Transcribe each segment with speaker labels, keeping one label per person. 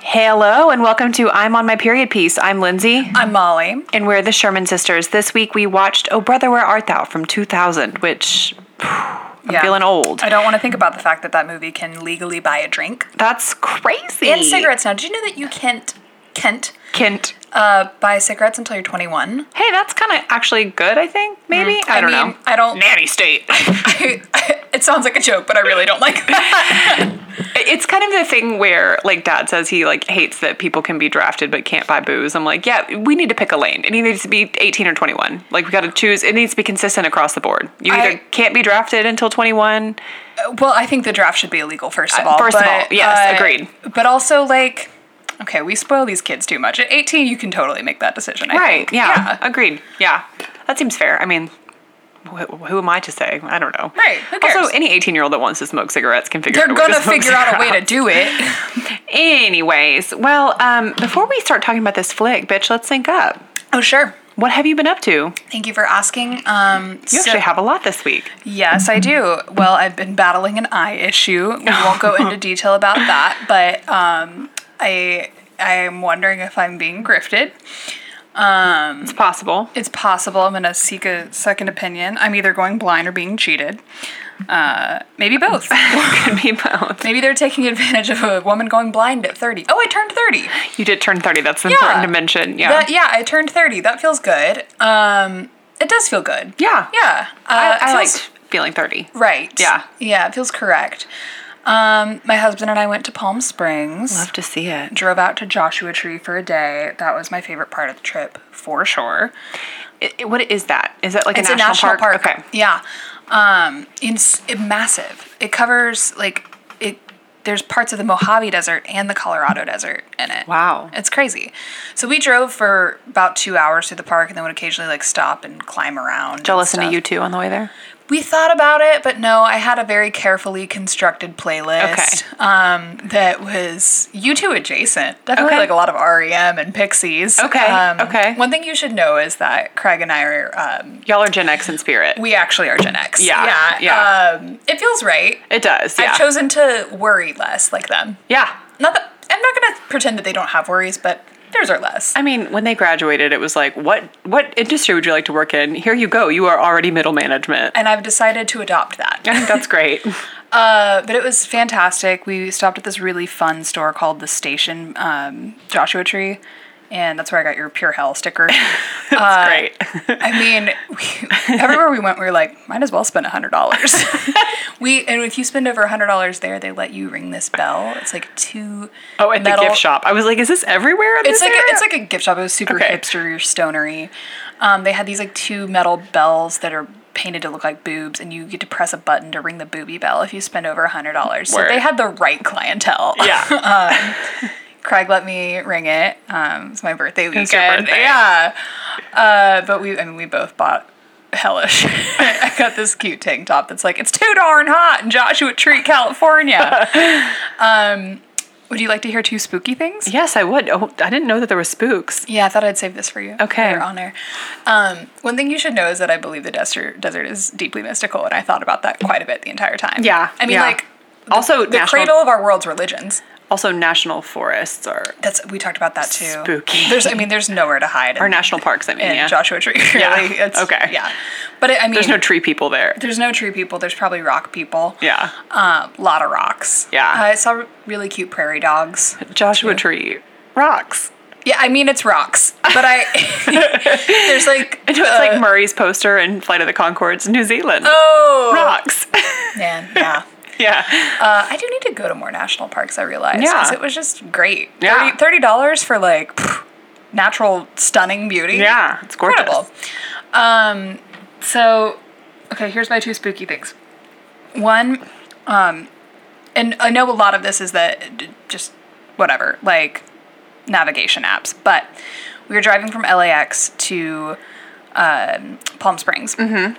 Speaker 1: Hello and welcome to I'm on my period piece. I'm Lindsay
Speaker 2: I'm Molly.
Speaker 1: and we're the Sherman sisters. This week we watched Oh Brother Where Art Thou from 2000, which phew, I'm
Speaker 2: Yeah.
Speaker 1: feeling old.
Speaker 2: I don't want to think about the fact that that movie can legally buy a drink
Speaker 1: That's crazy.
Speaker 2: and cigarettes now. Did you know that you can't, Kent,
Speaker 1: Kent.
Speaker 2: uh, buy cigarettes until you're 21?
Speaker 1: Hey, that's kind of actually good, I think. Maybe. I,
Speaker 2: I
Speaker 1: don't
Speaker 2: mean,
Speaker 1: know.
Speaker 2: I don't-
Speaker 1: Nanny state.
Speaker 2: it sounds like a joke, but I really don't like that.
Speaker 1: it's kind of the thing where like dad says he like hates that people can be drafted but can't buy booze i'm like yeah we need to pick a lane it needs to be 18 or 21 like we got to choose it needs to be consistent across the board you
Speaker 2: I-
Speaker 1: either can't be drafted until 21
Speaker 2: well, I think the draft should be illegal first of
Speaker 1: Uh,
Speaker 2: all.
Speaker 1: first of
Speaker 2: but,
Speaker 1: all, yes, agreed.
Speaker 2: But also like. Okay, we spoil these kids too much. At 18, you can totally make that decision. I
Speaker 1: right
Speaker 2: think.
Speaker 1: yeah, agreed yeah that seems fair i mean wh- who am I to say? I don't know.
Speaker 2: Right, who
Speaker 1: Also,
Speaker 2: cares?
Speaker 1: any 18 year old that wants to smoke cigarettes can figure out
Speaker 2: They're
Speaker 1: a way to
Speaker 2: gonna
Speaker 1: smoke
Speaker 2: figure out a way
Speaker 1: cigarettes.
Speaker 2: to do it.
Speaker 1: Anyways, well, um, before we start talking about this flick, bitch, let's sync up.
Speaker 2: Oh, sure.
Speaker 1: What have you been up to?
Speaker 2: Thank you for asking. Um,
Speaker 1: You
Speaker 2: so-
Speaker 1: actually have a lot this week.
Speaker 2: Yes, I do. Well, I've been battling an eye issue. We won't go into detail about that, but um, I I am wondering if I'm being grifted.
Speaker 1: It's possible.
Speaker 2: It's possible. I'm gonna seek a second opinion. I'm either going blind or being cheated. Uh, maybe both.
Speaker 1: could be both.
Speaker 2: maybe they're taking advantage of a woman going blind at 30. Oh, I turned 30.
Speaker 1: You did turn 30. That's important to mention. Yeah.
Speaker 2: That- yeah, I turned 30. That feels good. Um, it does feel good.
Speaker 1: yeah.
Speaker 2: Yeah. Uh,
Speaker 1: I, I
Speaker 2: it feels-
Speaker 1: liked feeling 30.
Speaker 2: Right.
Speaker 1: Yeah.
Speaker 2: Yeah, it feels correct. Um, my husband and I went to Palm Springs.
Speaker 1: Love to see it.
Speaker 2: Drove out to Joshua Tree for a day. That was my favorite part of the trip, for sure.
Speaker 1: It- it- what is that? Is that like
Speaker 2: It's
Speaker 1: a, national park? Okay.
Speaker 2: Yeah. Um, it's it, massive. It covers like it. There's parts of the Mojave Desert and the Colorado Desert in it.
Speaker 1: Wow.
Speaker 2: It's crazy. So we drove for about two hours through the park, and then would occasionally like stop and climb around.
Speaker 1: I'll
Speaker 2: and
Speaker 1: listen
Speaker 2: stuff.
Speaker 1: to you two on the way there.
Speaker 2: We thought about it, but no, I had a very carefully constructed playlist
Speaker 1: Okay.
Speaker 2: um, that was U2 adjacent. Definitely
Speaker 1: Okay.
Speaker 2: like a lot of REM and Pixies.
Speaker 1: Okay,
Speaker 2: Um,
Speaker 1: okay.
Speaker 2: One thing you should know is that Craig and I are, um,
Speaker 1: Y'all are Gen X in spirit.
Speaker 2: we actually are Gen X.
Speaker 1: Yeah, yeah.
Speaker 2: Um, it feels right.
Speaker 1: it does. Yeah.
Speaker 2: I've chosen to worry less like them.
Speaker 1: yeah.
Speaker 2: Not that I'm not going to pretend that they don't have worries, but theirs are less.
Speaker 1: I mean, when they graduated, it was like, what what industry would you like to work in? Here you go. You are already middle management.
Speaker 2: and I've decided to adopt that.
Speaker 1: I think that's great.
Speaker 2: Uh, but it was fantastic. We stopped at this really fun store called The Station um, Joshua Tree, and that's where I got your Pure Hell sticker. Uh,
Speaker 1: That's great.
Speaker 2: I mean, we, everywhere we went, we were like, might as well spend hundred dollars. we and if you spend over hundred dollars there, they let you ring this bell. It's like two.
Speaker 1: Oh, at
Speaker 2: metal-
Speaker 1: the gift shop. I was like, is this everywhere? in this
Speaker 2: It's like a,
Speaker 1: area?
Speaker 2: it's like a gift shop. It was super
Speaker 1: Okay.
Speaker 2: hipster, stonery. Um, they had these like two metal bells that are painted to look like boobs, and you get to press a button to ring the booby bell if you spend over hundred dollars. So
Speaker 1: Word.
Speaker 2: they had the right clientele.
Speaker 1: yeah.
Speaker 2: Uh-huh. Craig let me ring it. Um, it's my birthday weekend.
Speaker 1: your birthday.
Speaker 2: Yeah. Uh, but we, I mean, we both bought hellish. I got this cute tank top that's like, it's too darn hot in Joshua Tree, California. um, would you like to hear two spooky things?
Speaker 1: Yes, I would. Oh, I didn't know that there were spooks.
Speaker 2: Yeah, I thought I'd save this for you.
Speaker 1: Okay.
Speaker 2: You're on air. Um, one thing you should know is that I believe the desert desert is deeply mystical, and I thought about that quite a bit the entire time.
Speaker 1: Yeah,
Speaker 2: I mean,
Speaker 1: yeah.
Speaker 2: like
Speaker 1: Also,
Speaker 2: the
Speaker 1: national,
Speaker 2: cradle of our world's religions.
Speaker 1: also national forests are
Speaker 2: That's we talked about that too.
Speaker 1: Spooky.
Speaker 2: There's, I mean, there's nowhere to hide.
Speaker 1: or
Speaker 2: in-
Speaker 1: national parks. I mean,
Speaker 2: in
Speaker 1: yeah.
Speaker 2: Joshua Tree. Really,
Speaker 1: Yeah.
Speaker 2: It's,
Speaker 1: Okay.
Speaker 2: Yeah, but it, I mean,
Speaker 1: There's no tree people there.
Speaker 2: there's no tree people. There's probably rock people.
Speaker 1: Yeah,
Speaker 2: Uh, lot of rocks.
Speaker 1: Yeah.
Speaker 2: Uh, I saw really cute prairie dogs.
Speaker 1: Joshua Tree rocks.
Speaker 2: Yeah, I mean it's rocks, but I there's like
Speaker 1: I know it's like Murray's poster in Flight of the Concords, New Zealand.
Speaker 2: Uh, oh
Speaker 1: rocks.
Speaker 2: man, yeah.
Speaker 1: yeah,
Speaker 2: Uh, I do need to go to more national parks. I realized
Speaker 1: Yeah.
Speaker 2: 'cause it was just great.
Speaker 1: Yeah.
Speaker 2: thirty dollars for like pff, natural stunning beauty.
Speaker 1: yeah, it's gorgeous.
Speaker 2: incredible. Um, so, okay, here's my two spooky things. One, um, and I know a lot of this is that d- just whatever, like navigation apps, but we were driving from LAX to um, Palm Springs, mm-hmm.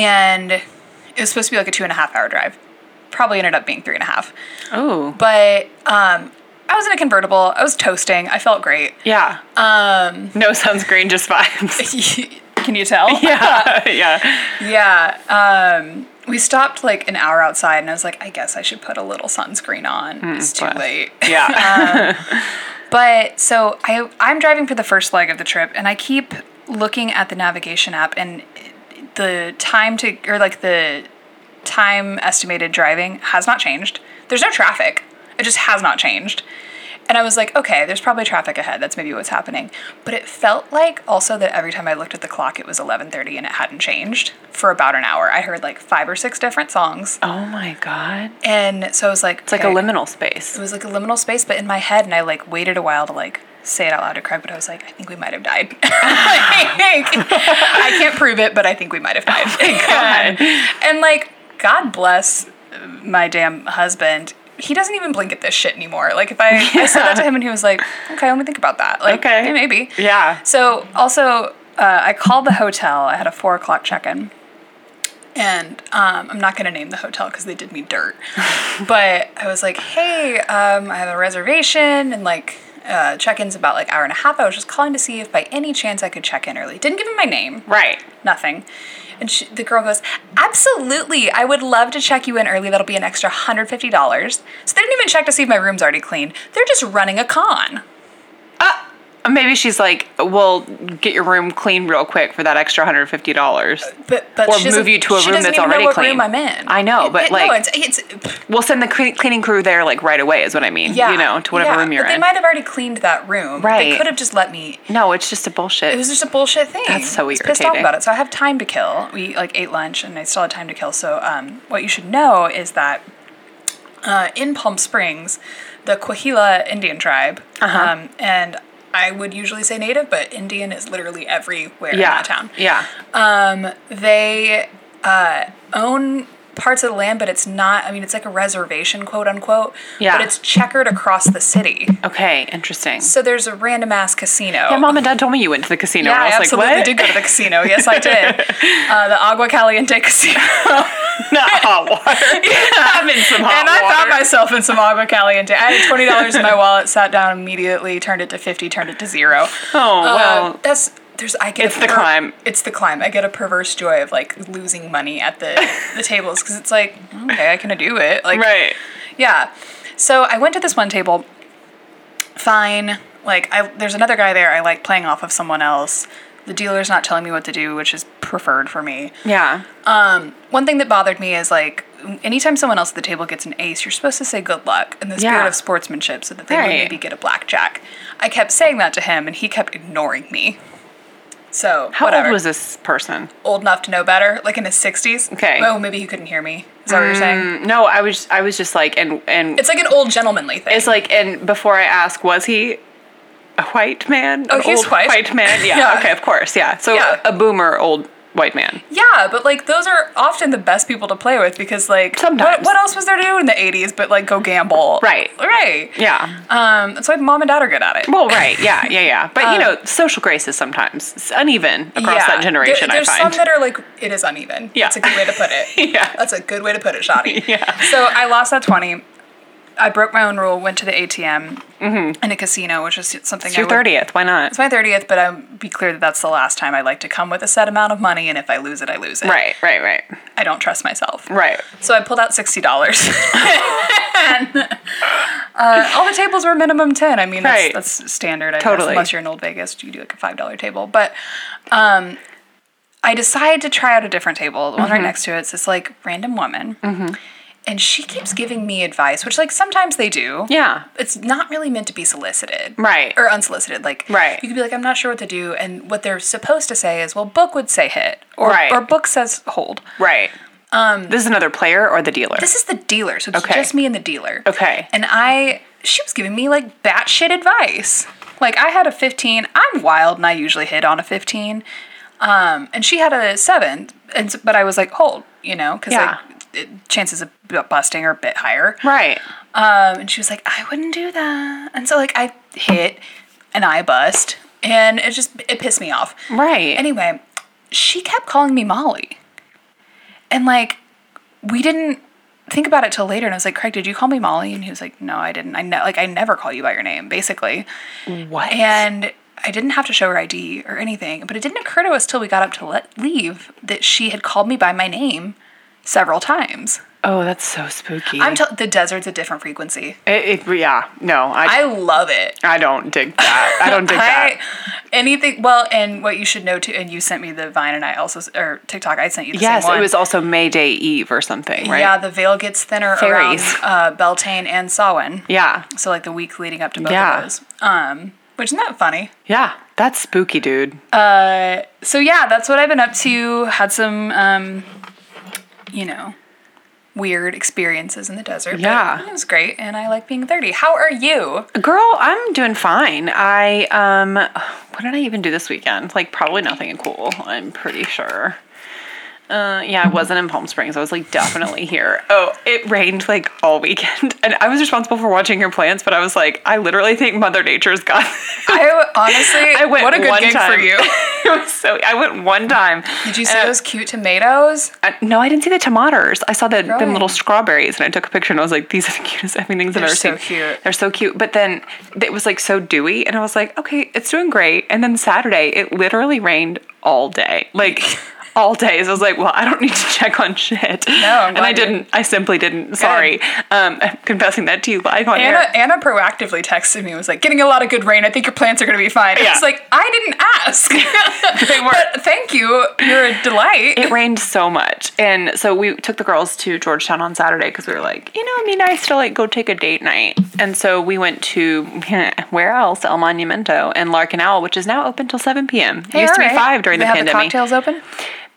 Speaker 2: and it was supposed to be like a two and a half hour drive. Probably ended up being three and a half,
Speaker 1: Oh,
Speaker 2: but um, I was in a convertible. I was toasting. I felt great.
Speaker 1: yeah.
Speaker 2: Um,
Speaker 1: No sunscreen, just vibes.
Speaker 2: yeah, Can you tell?
Speaker 1: Yeah, yeah.
Speaker 2: Yeah. Um, we stopped like an hour outside, and I was like, I guess I should put a little sunscreen on. it's too
Speaker 1: bless.
Speaker 2: late. Um,
Speaker 1: Yeah.
Speaker 2: But so I I'm driving for the first leg of the trip, and I keep looking at the navigation app and the time to or like the time estimated driving has not changed. There's no traffic. It just has not changed. And I was like, okay, there's probably traffic ahead. That's maybe what's happening. But it felt like also that every time I looked at the clock, it was 11:30 and it hadn't changed for about an hour. I heard like five or six different songs,
Speaker 1: oh my god.
Speaker 2: and so I was like,
Speaker 1: It's like a liminal space.
Speaker 2: it was like a liminal space, but in my head, and I like waited a while to like say it out loud to Craig, but I was like, I think we might have died. Like, I can't prove it, but I think we might have died. and like, God bless my damn husband. He doesn't even blink at this shit anymore. Like if I, I said that to him and he was like, okay, let me think about that. Like,
Speaker 1: Okay.
Speaker 2: okay. maybe.
Speaker 1: Yeah.
Speaker 2: So also, uh, I called the hotel. I had a four o'clock check-in, and um, I'm not gonna name the hotel because they did me dirt. but I was like, hey, um, I have a reservation, and like uh, check-in's about like hour and a half. I was just calling to see if by any chance I could check in early. Didn't give him my name,
Speaker 1: Right.
Speaker 2: nothing. And she, the girl goes, absolutely. I would love to check you in early. That'll be an extra hundred fifty dollars. So they didn't even check to see if my room's already clean. They're just running a con.
Speaker 1: Maybe she's like, "Well, get your room clean real quick for that extra hundred fifty dollars.
Speaker 2: but, but
Speaker 1: Or
Speaker 2: she doesn't-
Speaker 1: move you to a
Speaker 2: she
Speaker 1: room
Speaker 2: doesn't
Speaker 1: that's
Speaker 2: even
Speaker 1: already
Speaker 2: know what
Speaker 1: clean.
Speaker 2: room I'm in.
Speaker 1: I know, but,
Speaker 2: no,
Speaker 1: like-
Speaker 2: it's, it's
Speaker 1: We'll send the clean, cleaning crew there like right away." Is what I mean.
Speaker 2: yeah,
Speaker 1: You know, to whatever
Speaker 2: yeah,
Speaker 1: room you're
Speaker 2: but They
Speaker 1: in.
Speaker 2: might have already cleaned that room.
Speaker 1: Right.
Speaker 2: They could have just let me.
Speaker 1: no, it's just a bullshit.
Speaker 2: It was just a bullshit thing.
Speaker 1: That's so
Speaker 2: I was pissed off
Speaker 1: irritating.
Speaker 2: about it. So I have time to kill. We like ate lunch, and I still had time to kill. So um, what you should know is that uh, in Palm Springs, the Coahuila Indian tribe,
Speaker 1: Uh-huh.
Speaker 2: um, and I would usually say native, but Indian is literally everywhere in
Speaker 1: yeah.
Speaker 2: that town.
Speaker 1: Yeah.
Speaker 2: Um, they uh, own parts of the land, but it's not. I mean, it's like a reservation, quote unquote.
Speaker 1: Yeah.
Speaker 2: But it's checkered across the city,
Speaker 1: Okay. Interesting.
Speaker 2: so there's a random ass casino.
Speaker 1: Yeah, mom and dad told me you went to the casino.
Speaker 2: Yeah,
Speaker 1: and
Speaker 2: I,
Speaker 1: I was
Speaker 2: absolutely
Speaker 1: like, what?
Speaker 2: did go to the casino. Yes, I did. uh, the Agua Caliente Casino.
Speaker 1: Not hot water. I'm in some hot
Speaker 2: and I found
Speaker 1: water.
Speaker 2: myself in some Agua Caliente. I had twenty dollars in my wallet, sat down immediately, turned it to fifty, turned it to zero.
Speaker 1: Oh,
Speaker 2: Uh,
Speaker 1: well.
Speaker 2: that's there's I get a
Speaker 1: It's the climb.
Speaker 2: It's the climb. I get a perverse joy of like losing money at the the tables because it's like okay, I can do it. Like
Speaker 1: right.
Speaker 2: yeah. So I went to this one table. Fine. Like I there's another guy there I like playing off of someone else. The dealer's not telling me what to do, which is preferred for me.
Speaker 1: Yeah.
Speaker 2: Um, one thing that bothered me is like anytime someone else at the table gets an ace, you're supposed to say good luck in the spirit
Speaker 1: Yeah.
Speaker 2: of sportsmanship so that they would
Speaker 1: Right.
Speaker 2: maybe get a blackjack. I kept saying that to him and he kept ignoring me. So
Speaker 1: How
Speaker 2: whatever.
Speaker 1: old was this person?
Speaker 2: Old enough to know better, like in his sixties.
Speaker 1: Okay. Mm.
Speaker 2: Oh, maybe he couldn't hear me. Is that what you're saying?
Speaker 1: No, I was. I was just like, and and
Speaker 2: It's like an old gentlemanly thing.
Speaker 1: It's like, and before I ask, was he a white man?
Speaker 2: Oh,
Speaker 1: An
Speaker 2: he was
Speaker 1: old
Speaker 2: white.
Speaker 1: man. Yeah,
Speaker 2: Yeah.
Speaker 1: Okay. Of course. Yeah. So
Speaker 2: Yeah.
Speaker 1: a boomer old white man.
Speaker 2: Yeah, but like those are often the best people to play with because like
Speaker 1: Sometimes.
Speaker 2: what, what else was there to do in the eighties but like go gamble?
Speaker 1: Right.
Speaker 2: Right.
Speaker 1: Yeah.
Speaker 2: Um that's why mom and dad are good at it.
Speaker 1: Well, right. Yeah. Yeah. Yeah. But you know, social graces sometimes it's uneven across
Speaker 2: Uh, Yeah.
Speaker 1: that generation.
Speaker 2: There- there's
Speaker 1: I find.
Speaker 2: some that are like it is uneven.
Speaker 1: Yeah.
Speaker 2: That's a good way to put it.
Speaker 1: Yeah.
Speaker 2: That's a good way to put it, Shoddy.
Speaker 1: Yeah.
Speaker 2: So I lost that twenty. I broke my own rule, went to the ATM in a casino, which is something
Speaker 1: it's your
Speaker 2: I would-
Speaker 1: thirtieth. Why not?
Speaker 2: It's my 30th, but I'll be clear that that's the last time I like to come with a set amount of money, and if I lose it, I lose it.
Speaker 1: Right. Right. Right.
Speaker 2: I don't trust myself.
Speaker 1: Right.
Speaker 2: So I pulled out sixty dollars. uh, all the tables were minimum ten. I mean, that's,
Speaker 1: Right.
Speaker 2: that's standard. I
Speaker 1: Totally.
Speaker 2: Guess, unless you're in Old Vegas, you do like a five dollar table. But um, I decided to try out a different table. The one
Speaker 1: Mm-hmm.
Speaker 2: right next to it's this like random woman, and she keeps giving me advice, which like sometimes they do
Speaker 1: Yeah.
Speaker 2: it's not really meant to be solicited.
Speaker 1: Right.
Speaker 2: Or unsolicited. Like
Speaker 1: Right.
Speaker 2: you could be like, I'm not sure what to do and what they're supposed to say is, well, book would say hit. Or
Speaker 1: Right.
Speaker 2: or book says hold.
Speaker 1: Right. Um. This is another player or the dealer.
Speaker 2: This is the dealer, so it's
Speaker 1: Okay.
Speaker 2: just me and the dealer.
Speaker 1: Okay.
Speaker 2: And I she was giving me like batshit advice. Like I had a 15. I'm wild and I usually hit on a 15. Um, and she had a 7. And s- but I was like, "Hold, you know, cuz
Speaker 1: Yeah.
Speaker 2: like it, chances of bu- busting are a bit higher."
Speaker 1: right.
Speaker 2: Um, and she was like, I wouldn't do that. And so like I hit and I bust and it just it pissed me off.
Speaker 1: Right.
Speaker 2: Anyway, she kept calling me Molly. And like we didn't think about it till later and I was like, Craig, did you call me Molly? And he was like, No, I didn't. I ne- like I never call you by your name, basically.
Speaker 1: what?
Speaker 2: And I didn't have to show her ID or anything, but it didn't occur to us till we got up to let, leave that she had called me by my name several times.
Speaker 1: Oh, that's so spooky.
Speaker 2: I'm tell the desert's a different frequency.
Speaker 1: It, it, yeah, no, I,
Speaker 2: I love it.
Speaker 1: I don't dig that. I don't dig
Speaker 2: I,
Speaker 1: that.
Speaker 2: anything well, and what you should know too, and you sent me the Vine, and I also or TikTok. I sent you the
Speaker 1: Yes,
Speaker 2: same one.
Speaker 1: it was also May Day Eve or something, right?
Speaker 2: Yeah, the veil gets thinner
Speaker 1: Fairies.
Speaker 2: around uh, Beltane and Samhain.
Speaker 1: Yeah.
Speaker 2: So like the week leading up to both
Speaker 1: Yeah.
Speaker 2: of those. Um, which isn't that funny?
Speaker 1: Yeah. That's spooky, dude.
Speaker 2: Uh, so yeah, that's what I've been up to. Had some, um, you know, weird experiences in the desert. but
Speaker 1: Yeah.
Speaker 2: it was great, and I like being thirty. How are you?
Speaker 1: Girl, I'm doing fine. I um what did I even do this weekend? Like probably nothing cool, I'm pretty sure. Uh, yeah, I wasn't in Palm Springs. I was like definitely here. Oh, it rained like all weekend, and I was responsible for watching your plants. But I was like, I literally think Mother Nature's got.
Speaker 2: I honestly,
Speaker 1: I went
Speaker 2: what a good
Speaker 1: one
Speaker 2: gig
Speaker 1: time.
Speaker 2: for you.
Speaker 1: it was so I went one time.
Speaker 2: Did you
Speaker 1: and
Speaker 2: see
Speaker 1: I-
Speaker 2: those cute tomatoes?
Speaker 1: I- no, I didn't see the tomatoes. I saw the them
Speaker 2: Right.
Speaker 1: little strawberries, and I took a picture, and I was like, "These are the cutest effing things I've
Speaker 2: They're
Speaker 1: ever
Speaker 2: so
Speaker 1: seen."
Speaker 2: cute.
Speaker 1: They're so cute. But then it was like so dewy, and I was like, "Okay, it's doing great." And then Saturday, it literally rained all day, like all day. So I was like, "Well, I don't need to check on shit." No,
Speaker 2: I'm
Speaker 1: and I
Speaker 2: glad you-
Speaker 1: didn't. I simply didn't. Sorry, um, I'm confessing that to you live on
Speaker 2: Anna,
Speaker 1: air.
Speaker 2: Anna proactively texted me and was like, "Getting a lot of good rain. I think your plants are going to be fine."
Speaker 1: Yeah.
Speaker 2: It's like I didn't ask.
Speaker 1: They were.
Speaker 2: But thank you. You're a delight.
Speaker 1: It rained so much. And so we took the girls to Georgetown on Saturday because we were like, you know, it'd be nice to like go take a date night. And so we went to where else? El Monumento and Larkin Owl, which is now open till 7 p.m. It used to be 5 during
Speaker 2: they
Speaker 1: the
Speaker 2: have
Speaker 1: pandemic.
Speaker 2: The cocktails open.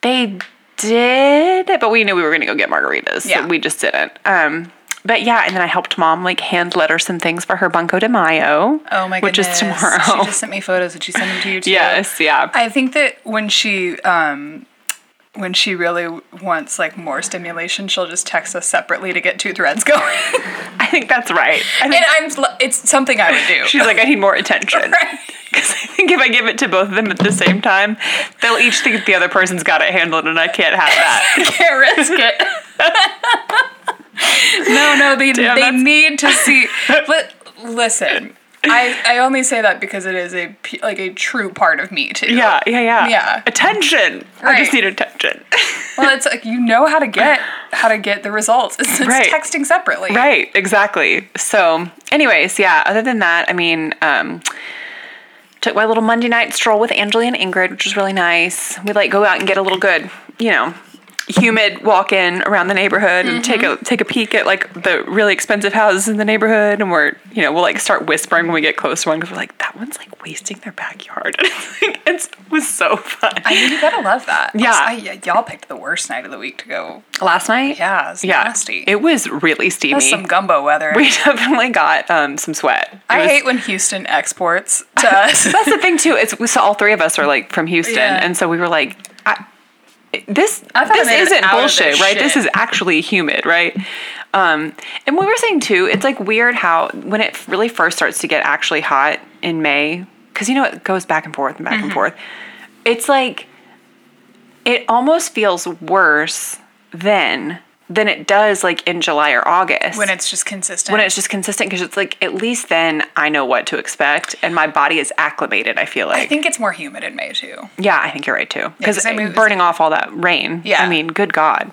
Speaker 1: they did, but we knew we were going to go get margaritas.
Speaker 2: Yeah.
Speaker 1: So we just didn't. Um, but yeah, and then I helped mom like hand letter some things for her Bunko de Mayo.
Speaker 2: Oh my
Speaker 1: Which
Speaker 2: goodness.
Speaker 1: is tomorrow.
Speaker 2: She just sent me photos. Did she send them to you too?
Speaker 1: yes, yeah.
Speaker 2: I think that when she um when she really wants like more stimulation, she'll just text us separately to get two threads going.
Speaker 1: I think that's right. I think
Speaker 2: and I'm it's something I would do.
Speaker 1: She's like, I need more attention.
Speaker 2: Right.
Speaker 1: Because I think if I give it to both of them at the same time, they'll each think the other person's got it handled and I can't have that.
Speaker 2: can't risk it. no, no, they
Speaker 1: Damn,
Speaker 2: they
Speaker 1: that's-
Speaker 2: need to see. Li- listen, I I only say that because it is a p- like a true part of me too.
Speaker 1: yeah, yeah, yeah.
Speaker 2: Yeah.
Speaker 1: Attention. I just
Speaker 2: Right.
Speaker 1: need attention.
Speaker 2: Well, it's like you know how to get how to get the results. It's just
Speaker 1: Right.
Speaker 2: texting separately.
Speaker 1: right, exactly. So, anyways, yeah, other than that, I mean, um, took my little Monday night stroll with Angela and Ingrid, which was really nice. We like go out and get a little good, you know, humid walk in around the neighborhood and take
Speaker 2: Mm-hmm.
Speaker 1: a take a peek at like the really expensive houses in the neighborhood. And we're you know we'll like start whispering when we get close to one because we're like that one's like wasting their backyard. it's like, it's, it was so fun.
Speaker 2: I mean, you gotta love that.
Speaker 1: Yeah.
Speaker 2: I, y'all picked the worst night of the week to go.
Speaker 1: Last night,
Speaker 2: Yeah, it's
Speaker 1: yeah,
Speaker 2: nasty.
Speaker 1: it was really steamy.
Speaker 2: That's some gumbo weather.
Speaker 1: we definitely got um, some sweat. It
Speaker 2: I
Speaker 1: was-
Speaker 2: hate when Houston exports to us.
Speaker 1: That's the thing too. It's so all three of us are like from Houston,
Speaker 2: Yeah.
Speaker 1: and so we were like, I, this
Speaker 2: I thought I
Speaker 1: this
Speaker 2: made an
Speaker 1: isn't
Speaker 2: hour of
Speaker 1: bullshit,
Speaker 2: this
Speaker 1: right? This
Speaker 2: shit.
Speaker 1: is actually humid, right? Um, and we were saying too, it's like weird how when it really first starts to get actually hot in May, because you know it goes back and forth and back
Speaker 2: Mm-hmm.
Speaker 1: and forth. It's like it almost feels worse then than it does like in July or August
Speaker 2: when it's just consistent.
Speaker 1: when it's just consistent because it's like at least then I know what to expect and my body is acclimated. I feel like
Speaker 2: I think it's more humid in May too.
Speaker 1: yeah, I think you're right too because
Speaker 2: 'cause I mean-
Speaker 1: burning off all that rain.
Speaker 2: Yeah.
Speaker 1: I mean, good God,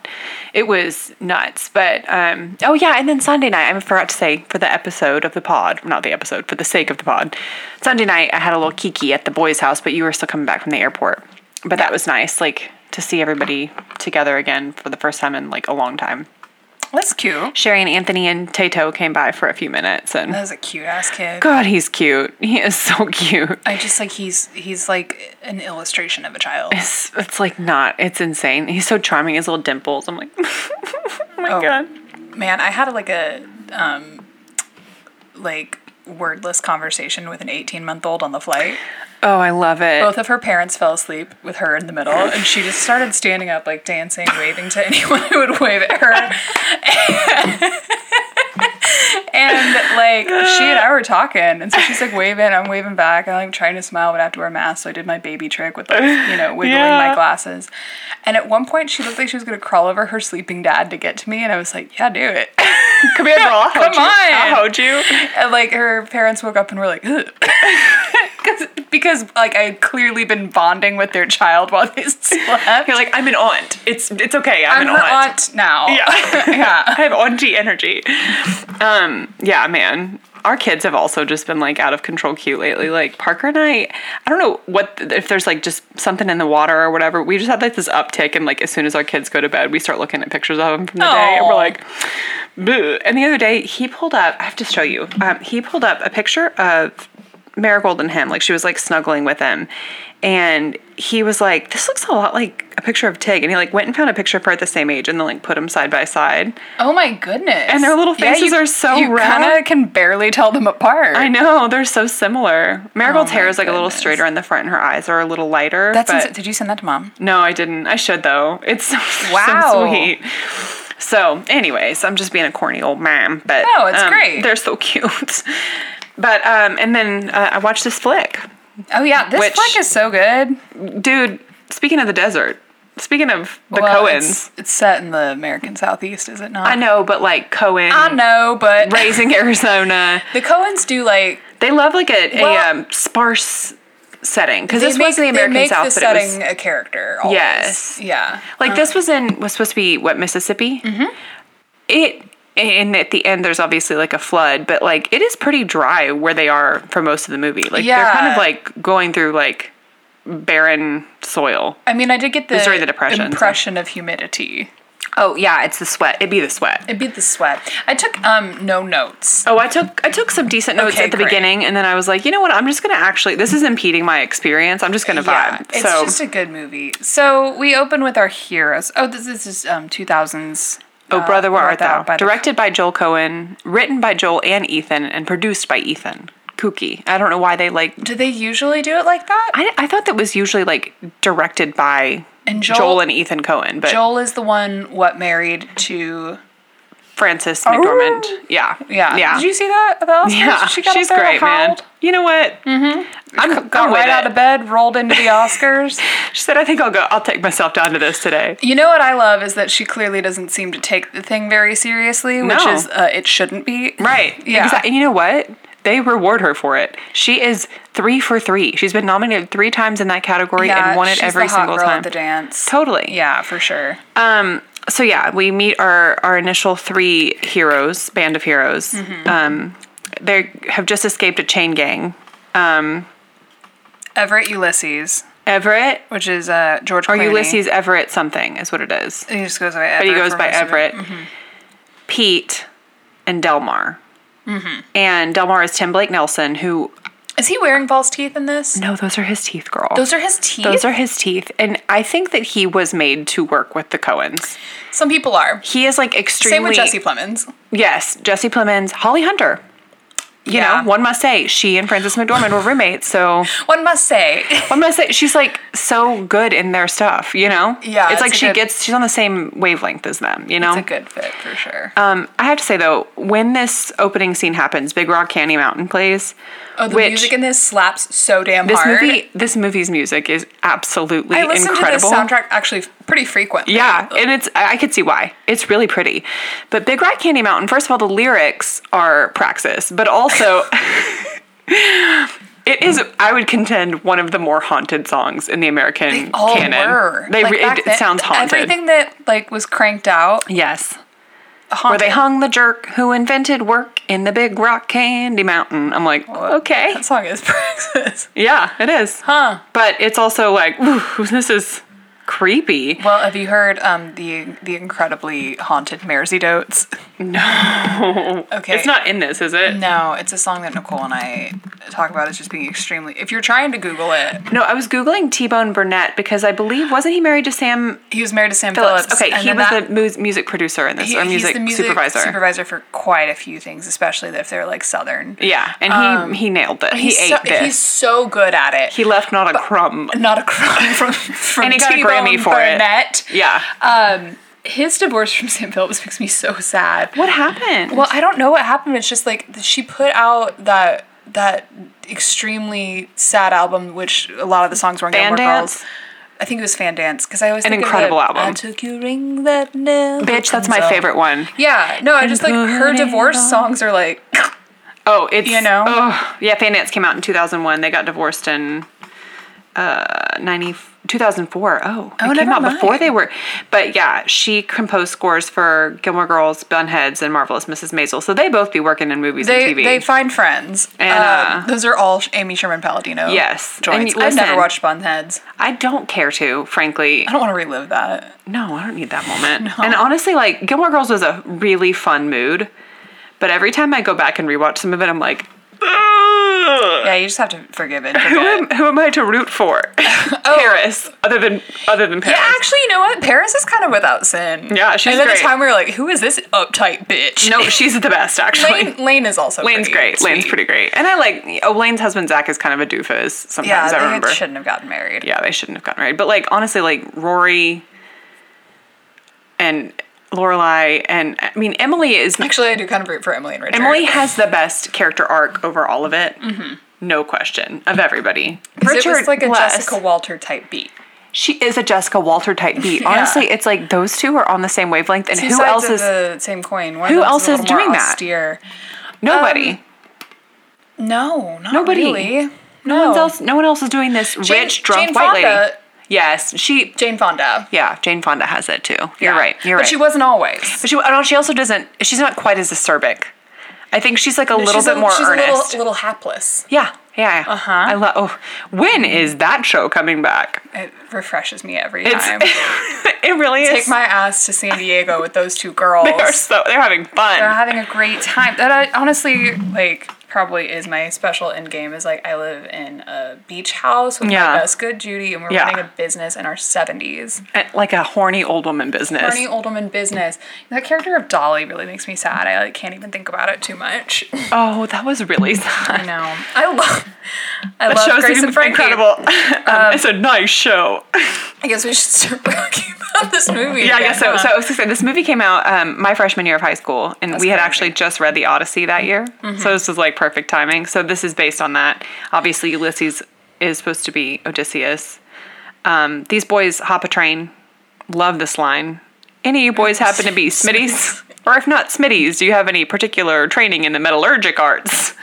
Speaker 1: it was nuts. But um, oh yeah, and then Sunday night I forgot to say for the episode of the pod, not the episode for the sake of the pod. Sunday night I had a little kiki at the boys' house, but you were still coming back from the airport. But that was nice, like to see everybody together again for the first time in like a long time.
Speaker 2: That's cute.
Speaker 1: Sherry and Anthony and Tato came by for a few minutes and.
Speaker 2: That was a cute ass kid.
Speaker 1: God, he's cute. He is so cute.
Speaker 2: I just like he's he's like an illustration of a child.
Speaker 1: It's, it's like not. It's insane. He's so charming. His little dimples. I'm like, oh my god.
Speaker 2: Man, I had like a um like wordless conversation with an 18 month old on the flight.
Speaker 1: Oh, I love it.
Speaker 2: Both of her parents fell asleep with her in the middle, and she just started standing up, like dancing, waving to anyone who would wave at her. and like she and I were talking, and so she's like waving, I'm waving back, and I'm like trying to smile, but I have to wear a mask, so I did my baby trick with like you know wiggling
Speaker 1: Yeah.
Speaker 2: my glasses. And at one point, she looked like she was gonna crawl over her sleeping dad to get to me, and I was like, "Yeah, do it."
Speaker 1: Come here, girl. I'll hold
Speaker 2: Come
Speaker 1: you. I'll
Speaker 2: on.
Speaker 1: hold you.
Speaker 2: And like her parents woke up and were like, "Ugh." Cause, because like I had clearly been bonding with their child while they slept.
Speaker 1: You're like, I'm an aunt. It's it's okay. I'm,
Speaker 2: I'm
Speaker 1: an
Speaker 2: her aunt now.
Speaker 1: Yeah.
Speaker 2: yeah.
Speaker 1: I have auntie energy. Um, yeah, man. Our kids have also just been like out of control cute lately. Like Parker and I, I don't know what if there's like just something in the water or whatever. We just had like this uptick, and like as soon as our kids go to bed, we start looking at pictures of them from the day, and we're
Speaker 2: Aw.
Speaker 1: like, Bleh. And the other day, he pulled up. I have to show you. Um, he pulled up a picture of Marigold and him. Like she was like snuggling with him, and he was like, "This looks a lot like a picture of Tig." And he like went and found a picture of her at the same age, and then like put them side by side.
Speaker 2: Oh my goodness.
Speaker 1: And their little
Speaker 2: Yeah,
Speaker 1: faces
Speaker 2: you-
Speaker 1: are so
Speaker 2: you
Speaker 1: round.
Speaker 2: kinda can barely tell them apart.
Speaker 1: I know they're so similar. Marigold's
Speaker 2: Oh my
Speaker 1: hair is like a little
Speaker 2: goodness.
Speaker 1: straighter in the front, and her eyes are a little lighter.
Speaker 2: That's
Speaker 1: but
Speaker 2: insa- did you send that to mom?
Speaker 1: no, I didn't. I should though. It's so, so
Speaker 2: Wow.
Speaker 1: sweet. So, anyways, I'm just being a corny old mom, but
Speaker 2: No, it's
Speaker 1: um,
Speaker 2: great.
Speaker 1: They're so cute. But um, and then uh, I watched this flick,
Speaker 2: Oh yeah, this
Speaker 1: Which-
Speaker 2: flick is so good.
Speaker 1: dude. Speaking of the desert, speaking of the
Speaker 2: Well,
Speaker 1: Cohens,
Speaker 2: It's, it's set in the American Southeast, is it not?
Speaker 1: I know, but like Cohen,
Speaker 2: I know, but
Speaker 1: raising Arizona,
Speaker 2: the Cohens do like
Speaker 1: they love like a, a
Speaker 2: Well-
Speaker 1: um, sparse setting because
Speaker 2: they
Speaker 1: this
Speaker 2: make,
Speaker 1: was in the American
Speaker 2: they make
Speaker 1: South,
Speaker 2: the
Speaker 1: but it was
Speaker 2: setting a character. Always.
Speaker 1: Yes.
Speaker 2: Yeah.
Speaker 1: Like this was in was supposed to be what Mississippi. Oh. Mm-hmm. It and at the end there's obviously like a flood, but like it is pretty dry where they are for most of the movie. Like they're kind of
Speaker 2: Yeah.
Speaker 1: like going through like barren soil.
Speaker 2: I mean, I did get the,
Speaker 1: during the Depression, so-
Speaker 2: impression of humidity.
Speaker 1: Oh yeah, it's the sweat. It'd be the sweat.
Speaker 2: It beat the sweat. I took um no notes.
Speaker 1: Oh, I took I took some decent notes
Speaker 2: Okay,
Speaker 1: at the
Speaker 2: great.
Speaker 1: beginning, and then I was like, you know what? I'm just gonna actually. This is impeding my experience. I'm just gonna
Speaker 2: Yeah,
Speaker 1: vibe.
Speaker 2: it's
Speaker 1: so
Speaker 2: just a good movie. So we open with our heroes. Oh, this, this is um 2000s.
Speaker 1: Oh,
Speaker 2: uh,
Speaker 1: brother, where
Speaker 2: Where
Speaker 1: art thou?
Speaker 2: by the-
Speaker 1: Directed by Joel Cohen, written by Joel and Ethan, and produced by Ethan. Kooky. I don't know why they like
Speaker 2: Do they usually do it like that?
Speaker 1: I, I thought that was usually like directed by
Speaker 2: And
Speaker 1: Joel,
Speaker 2: Joel-
Speaker 1: and Ethan Cohen, but
Speaker 2: Joel is the one what married to
Speaker 1: Francis McDormand. Yeah.
Speaker 2: Oh. yeah
Speaker 1: Yeah.
Speaker 2: Did you see that? at The Oscars?
Speaker 1: yeah.
Speaker 2: she got up
Speaker 1: She's
Speaker 2: there and
Speaker 1: great, man.
Speaker 2: howled.
Speaker 1: You know what? Mm-hmm. I'm,
Speaker 2: Got
Speaker 1: I'm
Speaker 2: right out of bed, rolled into the Oscars.
Speaker 1: She said, I think I'll go, I'll take myself down to this today.
Speaker 2: You know what I love is that she clearly doesn't seem to take the thing very seriously, which
Speaker 1: No.
Speaker 2: is uh, it shouldn't be.
Speaker 1: Right.
Speaker 2: Yeah.
Speaker 1: Exac- And you know what? They reward her for it. She is three for three. She's been nominated three times in that category
Speaker 2: Yeah,
Speaker 1: and won it
Speaker 2: she's
Speaker 1: every
Speaker 2: the hot
Speaker 1: single
Speaker 2: girl
Speaker 1: time.
Speaker 2: At the dance.
Speaker 1: Totally.
Speaker 2: Yeah, for sure.
Speaker 1: Um, so yeah, we meet our our initial three heroes, band of heroes.
Speaker 2: Mm-hmm.
Speaker 1: Um, they have just escaped a chain gang.
Speaker 2: Everett Ulysses,
Speaker 1: Everett
Speaker 2: which is uh, George
Speaker 1: or
Speaker 2: Clooney.
Speaker 1: Ulysses Everett something is what it is.
Speaker 2: He just goes by Everett.
Speaker 1: But he goes
Speaker 2: for
Speaker 1: by
Speaker 2: most of it.
Speaker 1: Everett, Pete, and Delmar.
Speaker 2: Mm-hmm.
Speaker 1: And Delmar is Tim Blake Nelson, who
Speaker 2: Is he wearing false teeth in this?
Speaker 1: no, those are his teeth, girl.
Speaker 2: Those are his teeth.
Speaker 1: Those are his teeth, and I think that he was made to work with the Cohens.
Speaker 2: Some people are.
Speaker 1: He is like extremely
Speaker 2: Same with Jesse Plemons.
Speaker 1: Yes, Jesse Plemons, Holly Hunter. You
Speaker 2: Yeah.
Speaker 1: know, one must say she and Frances McDormand were roommates, so
Speaker 2: One must say.
Speaker 1: one must say she's like so good in their stuff. You know,
Speaker 2: Yeah,
Speaker 1: it's,
Speaker 2: it's
Speaker 1: like
Speaker 2: a
Speaker 1: she
Speaker 2: good-
Speaker 1: gets she's on the same wavelength as them. You know,
Speaker 2: It's a good fit for sure.
Speaker 1: um, I have to say though, when this opening scene happens, Big Rock Candy Mountain plays.
Speaker 2: oh, the
Speaker 1: which-
Speaker 2: music in this slaps so damn
Speaker 1: This
Speaker 2: hard.
Speaker 1: movie, this movie's music is absolutely
Speaker 2: I listen
Speaker 1: incredible.
Speaker 2: to this soundtrack actually pretty frequently.
Speaker 1: Yeah, and it's I I could see why. It's really pretty. But Big Rat Candy Mountain, first of all, the lyrics are Praxis, but also it is I would contend one of the more haunted songs in the American
Speaker 2: all
Speaker 1: canon.
Speaker 2: were.
Speaker 1: They
Speaker 2: Like,
Speaker 1: re-
Speaker 2: back
Speaker 1: it, it
Speaker 2: then,
Speaker 1: sounds haunted.
Speaker 2: Everything that like was cranked out,
Speaker 1: yes.
Speaker 2: haunted.
Speaker 1: Where they hung the jerk who invented work in the Big Rock Candy Mountain. I'm like, okay.
Speaker 2: That song is praxis.
Speaker 1: Yeah, it is.
Speaker 2: Huh.
Speaker 1: But it's also like, ooh, this is creepy.
Speaker 2: Well, have you heard um the the incredibly haunted Mersey Dotes? No. Okay.
Speaker 1: It's not in this, is it?
Speaker 2: No, it's a song that Nicole and I talk about as just being extremely. If you're trying to Google it,
Speaker 1: No, I was googling T Bone Burnett because I believe wasn't he married to Sam
Speaker 2: he was married to Sam
Speaker 1: Phillips?
Speaker 2: Phillips.
Speaker 1: okay,
Speaker 2: and
Speaker 1: he
Speaker 2: then
Speaker 1: was
Speaker 2: that-
Speaker 1: the mu- music producer in this
Speaker 2: he-
Speaker 1: or music,
Speaker 2: he's the music
Speaker 1: supervisor.
Speaker 2: supervisor for quite a few things, especially if they're like Southern.
Speaker 1: yeah, and he he nailed it. He
Speaker 2: um, he's
Speaker 1: ate
Speaker 2: so,
Speaker 1: this.
Speaker 2: He's so good at it.
Speaker 1: he left not a crumb.
Speaker 2: not a crime from from
Speaker 1: And he got a
Speaker 2: T-Bone
Speaker 1: Grammy for it.
Speaker 2: Burnett.
Speaker 1: Yeah.
Speaker 2: Um, his divorce from Sam Phillips makes me so sad.
Speaker 1: what happened?
Speaker 2: Well, I don't know what happened. It's just like she put out that that extremely sad album, which a lot of the songs were on
Speaker 1: Fan
Speaker 2: Gilmore
Speaker 1: Dance?
Speaker 2: Girls. I think it was Fan Dance because I always an
Speaker 1: incredible album.
Speaker 2: I took your ring that never
Speaker 1: bitch, that's my
Speaker 2: comes up."
Speaker 1: favorite one.
Speaker 2: Yeah, no, I just like
Speaker 1: put
Speaker 2: her
Speaker 1: it
Speaker 2: divorce
Speaker 1: on.
Speaker 2: songs are like
Speaker 1: Oh, it's
Speaker 2: You know?
Speaker 1: Oh, yeah. Fanance came out in 2001. They got divorced in uh 90 2004. Oh, it
Speaker 2: Oh,
Speaker 1: came
Speaker 2: never
Speaker 1: out before
Speaker 2: mind.
Speaker 1: they were. But yeah, she composed scores for Gilmore Girls, Bunheads, and Marvelous Mrs. Maisel. So they both be working in movies
Speaker 2: They
Speaker 1: and TV.
Speaker 2: they find friends.
Speaker 1: And,
Speaker 2: Um,
Speaker 1: uh,
Speaker 2: those are all Sh- Amy Sherman Palladino.
Speaker 1: Yes.
Speaker 2: joints.
Speaker 1: And
Speaker 2: I've never
Speaker 1: listen-
Speaker 2: watched Bunheads.
Speaker 1: I don't care to, frankly.
Speaker 2: I don't want to relive that.
Speaker 1: No, I don't need that moment. And honestly, like Gilmore Girls was a really fun mood, but every time I go back and rewatch some of it, I'm like, "Ugh."
Speaker 2: Yeah, you just have to forgive it.
Speaker 1: who am, who am I to root for?
Speaker 2: Oh.
Speaker 1: Paris, other than other than Paris.
Speaker 2: Yeah, actually, you know what? Paris is kind of without sin.
Speaker 1: Yeah, she's
Speaker 2: And at
Speaker 1: great.
Speaker 2: the time, we were like, "Who is this uptight bitch?"
Speaker 1: no, she's the best actually.
Speaker 2: Lane, Lane is also
Speaker 1: Lane's
Speaker 2: pretty
Speaker 1: great. Lane's
Speaker 2: sweet.
Speaker 1: pretty great. And I like oh, Lane's husband Zach is kind of a doofus. Sometimes
Speaker 2: Yeah,
Speaker 1: I
Speaker 2: they
Speaker 1: remember.
Speaker 2: shouldn't have gotten married.
Speaker 1: yeah, they shouldn't have gotten married. But like honestly, like Rory and Lorelai and I mean Emily is
Speaker 2: Actually, I do kind of root for Emily and Richard.
Speaker 1: Emily has the best character arc over all of it. No question of everybody.
Speaker 2: 'Cause Mm-hmm. it was like a
Speaker 1: bless.
Speaker 2: Jessica Walter type beat.
Speaker 1: She is a Jessica Walter type beat. Honestly, it's like those two are on the same wavelength, and
Speaker 2: Two
Speaker 1: who
Speaker 2: sides
Speaker 1: else
Speaker 2: of
Speaker 1: is
Speaker 2: the um, same coin. One
Speaker 1: who
Speaker 2: of them's
Speaker 1: else
Speaker 2: a
Speaker 1: is
Speaker 2: little more
Speaker 1: doing that?
Speaker 2: austere.
Speaker 1: nobody?
Speaker 2: No, not
Speaker 1: Nobody.
Speaker 2: really. No,
Speaker 1: no one else. No one else is doing this.
Speaker 2: oh. Jane-
Speaker 1: rich drunk
Speaker 2: Jane
Speaker 1: white lady.
Speaker 2: Fonda-
Speaker 1: Yes, she.
Speaker 2: Jane Fonda.
Speaker 1: Yeah, Jane Fonda has that too. You're
Speaker 2: Yeah.
Speaker 1: right. You're
Speaker 2: but
Speaker 1: right.
Speaker 2: she wasn't always.
Speaker 1: But she, oh, no, she also doesn't. She's not quite as acerbic. I think she's like a little
Speaker 2: she's
Speaker 1: bit
Speaker 2: a,
Speaker 1: more
Speaker 2: she's
Speaker 1: earnest.
Speaker 2: a little, little hapless.
Speaker 1: yeah, yeah. Uh
Speaker 2: Uh-huh.
Speaker 1: I love. Oh, when is that show coming back?
Speaker 2: It refreshes me every
Speaker 1: It's,
Speaker 2: time.
Speaker 1: it really is.
Speaker 2: Take my ass to San Diego with those two girls.
Speaker 1: They are so they're having fun.
Speaker 2: They're having a great time. That I, honestly, like, probably is my special end game. Is like I live in a beach house with
Speaker 1: Yeah.
Speaker 2: my best good Judy, and we're
Speaker 1: Yeah.
Speaker 2: running a business in our seventies.
Speaker 1: And, like a horny old woman business.
Speaker 2: Bernie Olderman business. That character of Dolly really makes me sad. I like can't even think about it too much.
Speaker 1: Oh, that was really sad.
Speaker 2: I know. I love. I
Speaker 1: That
Speaker 2: love
Speaker 1: show's
Speaker 2: Grace and Frankie.
Speaker 1: incredible. Um, it's a nice show.
Speaker 2: I guess we should start talking about this movie.
Speaker 1: Yeah, I
Speaker 2: again,
Speaker 1: guess so.
Speaker 2: huh?
Speaker 1: So, I was gonna say, this movie came out um, my freshman year of high school, and we had
Speaker 2: crazy. Mm-hmm.
Speaker 1: actually just read The Odyssey that year. So this was like perfect timing. So this is based on that. Obviously, Ulysses is supposed to be Odysseus. Um, these boys hop a train. Love this line. Any of you
Speaker 2: Oh,
Speaker 1: boys happen to be Smitties? Or if not Smitties, do you have any particular training in the metallurgic arts?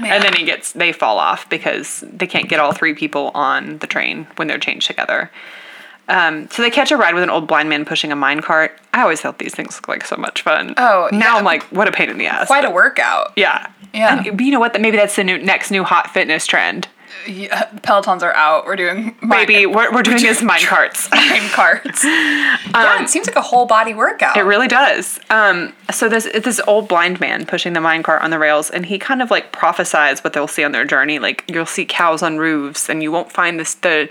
Speaker 2: Man.
Speaker 1: And then he gets they fall off because they can't get all three people on the train when they're changed together. Um, so they catch a ride with an old blind man pushing a mine cart. I always thought these things look like so much fun.
Speaker 2: Oh,
Speaker 1: now
Speaker 2: yeah.
Speaker 1: I'm like, what a pain in the ass.
Speaker 2: quite a workout.
Speaker 1: Yeah,
Speaker 2: Yeah.
Speaker 1: And you know what? Maybe that's the new next new hot fitness trend.
Speaker 2: Yeah, Pelotons are out. We're doing mine-
Speaker 1: Maybe what we're doing is mine carts.
Speaker 2: mine carts. yeah, it seems like a whole body workout.
Speaker 1: Um, It really does. Um, so this it's this old blind man pushing the minecart on the rails, and he kind of like prophesies what they'll see on their journey. Like you'll see cows on roofs, and you won't find this the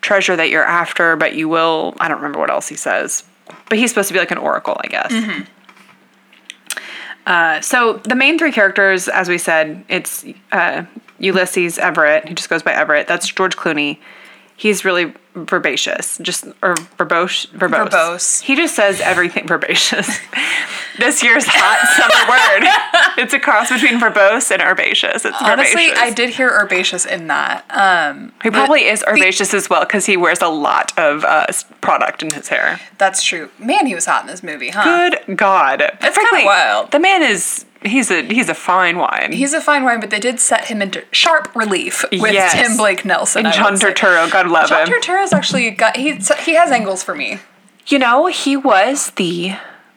Speaker 1: treasure that you're after, but you will. I don't remember what else he says, but he's supposed to be like an oracle, I guess. Uh, so the main three characters, as we said, it's uh, Ulysses Everett. He just goes by Everett. That's George Clooney. He's really verbacious, just or verbose, verbose.
Speaker 2: Verbose.
Speaker 1: He just says everything verbacious. this year's hot summer word. It's a cross between verbose and herbaceous. It's
Speaker 2: Honestly,
Speaker 1: herbaceous.
Speaker 2: I did hear herbaceous in that. Um,
Speaker 1: he probably is herbaceous as well because he wears a lot of uh, s- product in his hair.
Speaker 2: that's true. Man, he was hot in this movie, huh?
Speaker 1: Good God! That's
Speaker 2: kinda wild.
Speaker 1: The man is he's a he's a fine wine.
Speaker 2: He's a fine wine, but they did set him into sharp relief with
Speaker 1: Yes.
Speaker 2: Tim Blake Nelson.
Speaker 1: and
Speaker 2: I
Speaker 1: John
Speaker 2: would say.
Speaker 1: Turturro, God love
Speaker 2: John
Speaker 1: him.
Speaker 2: Turturro's actually got he he has angles for me.
Speaker 1: You know, he was the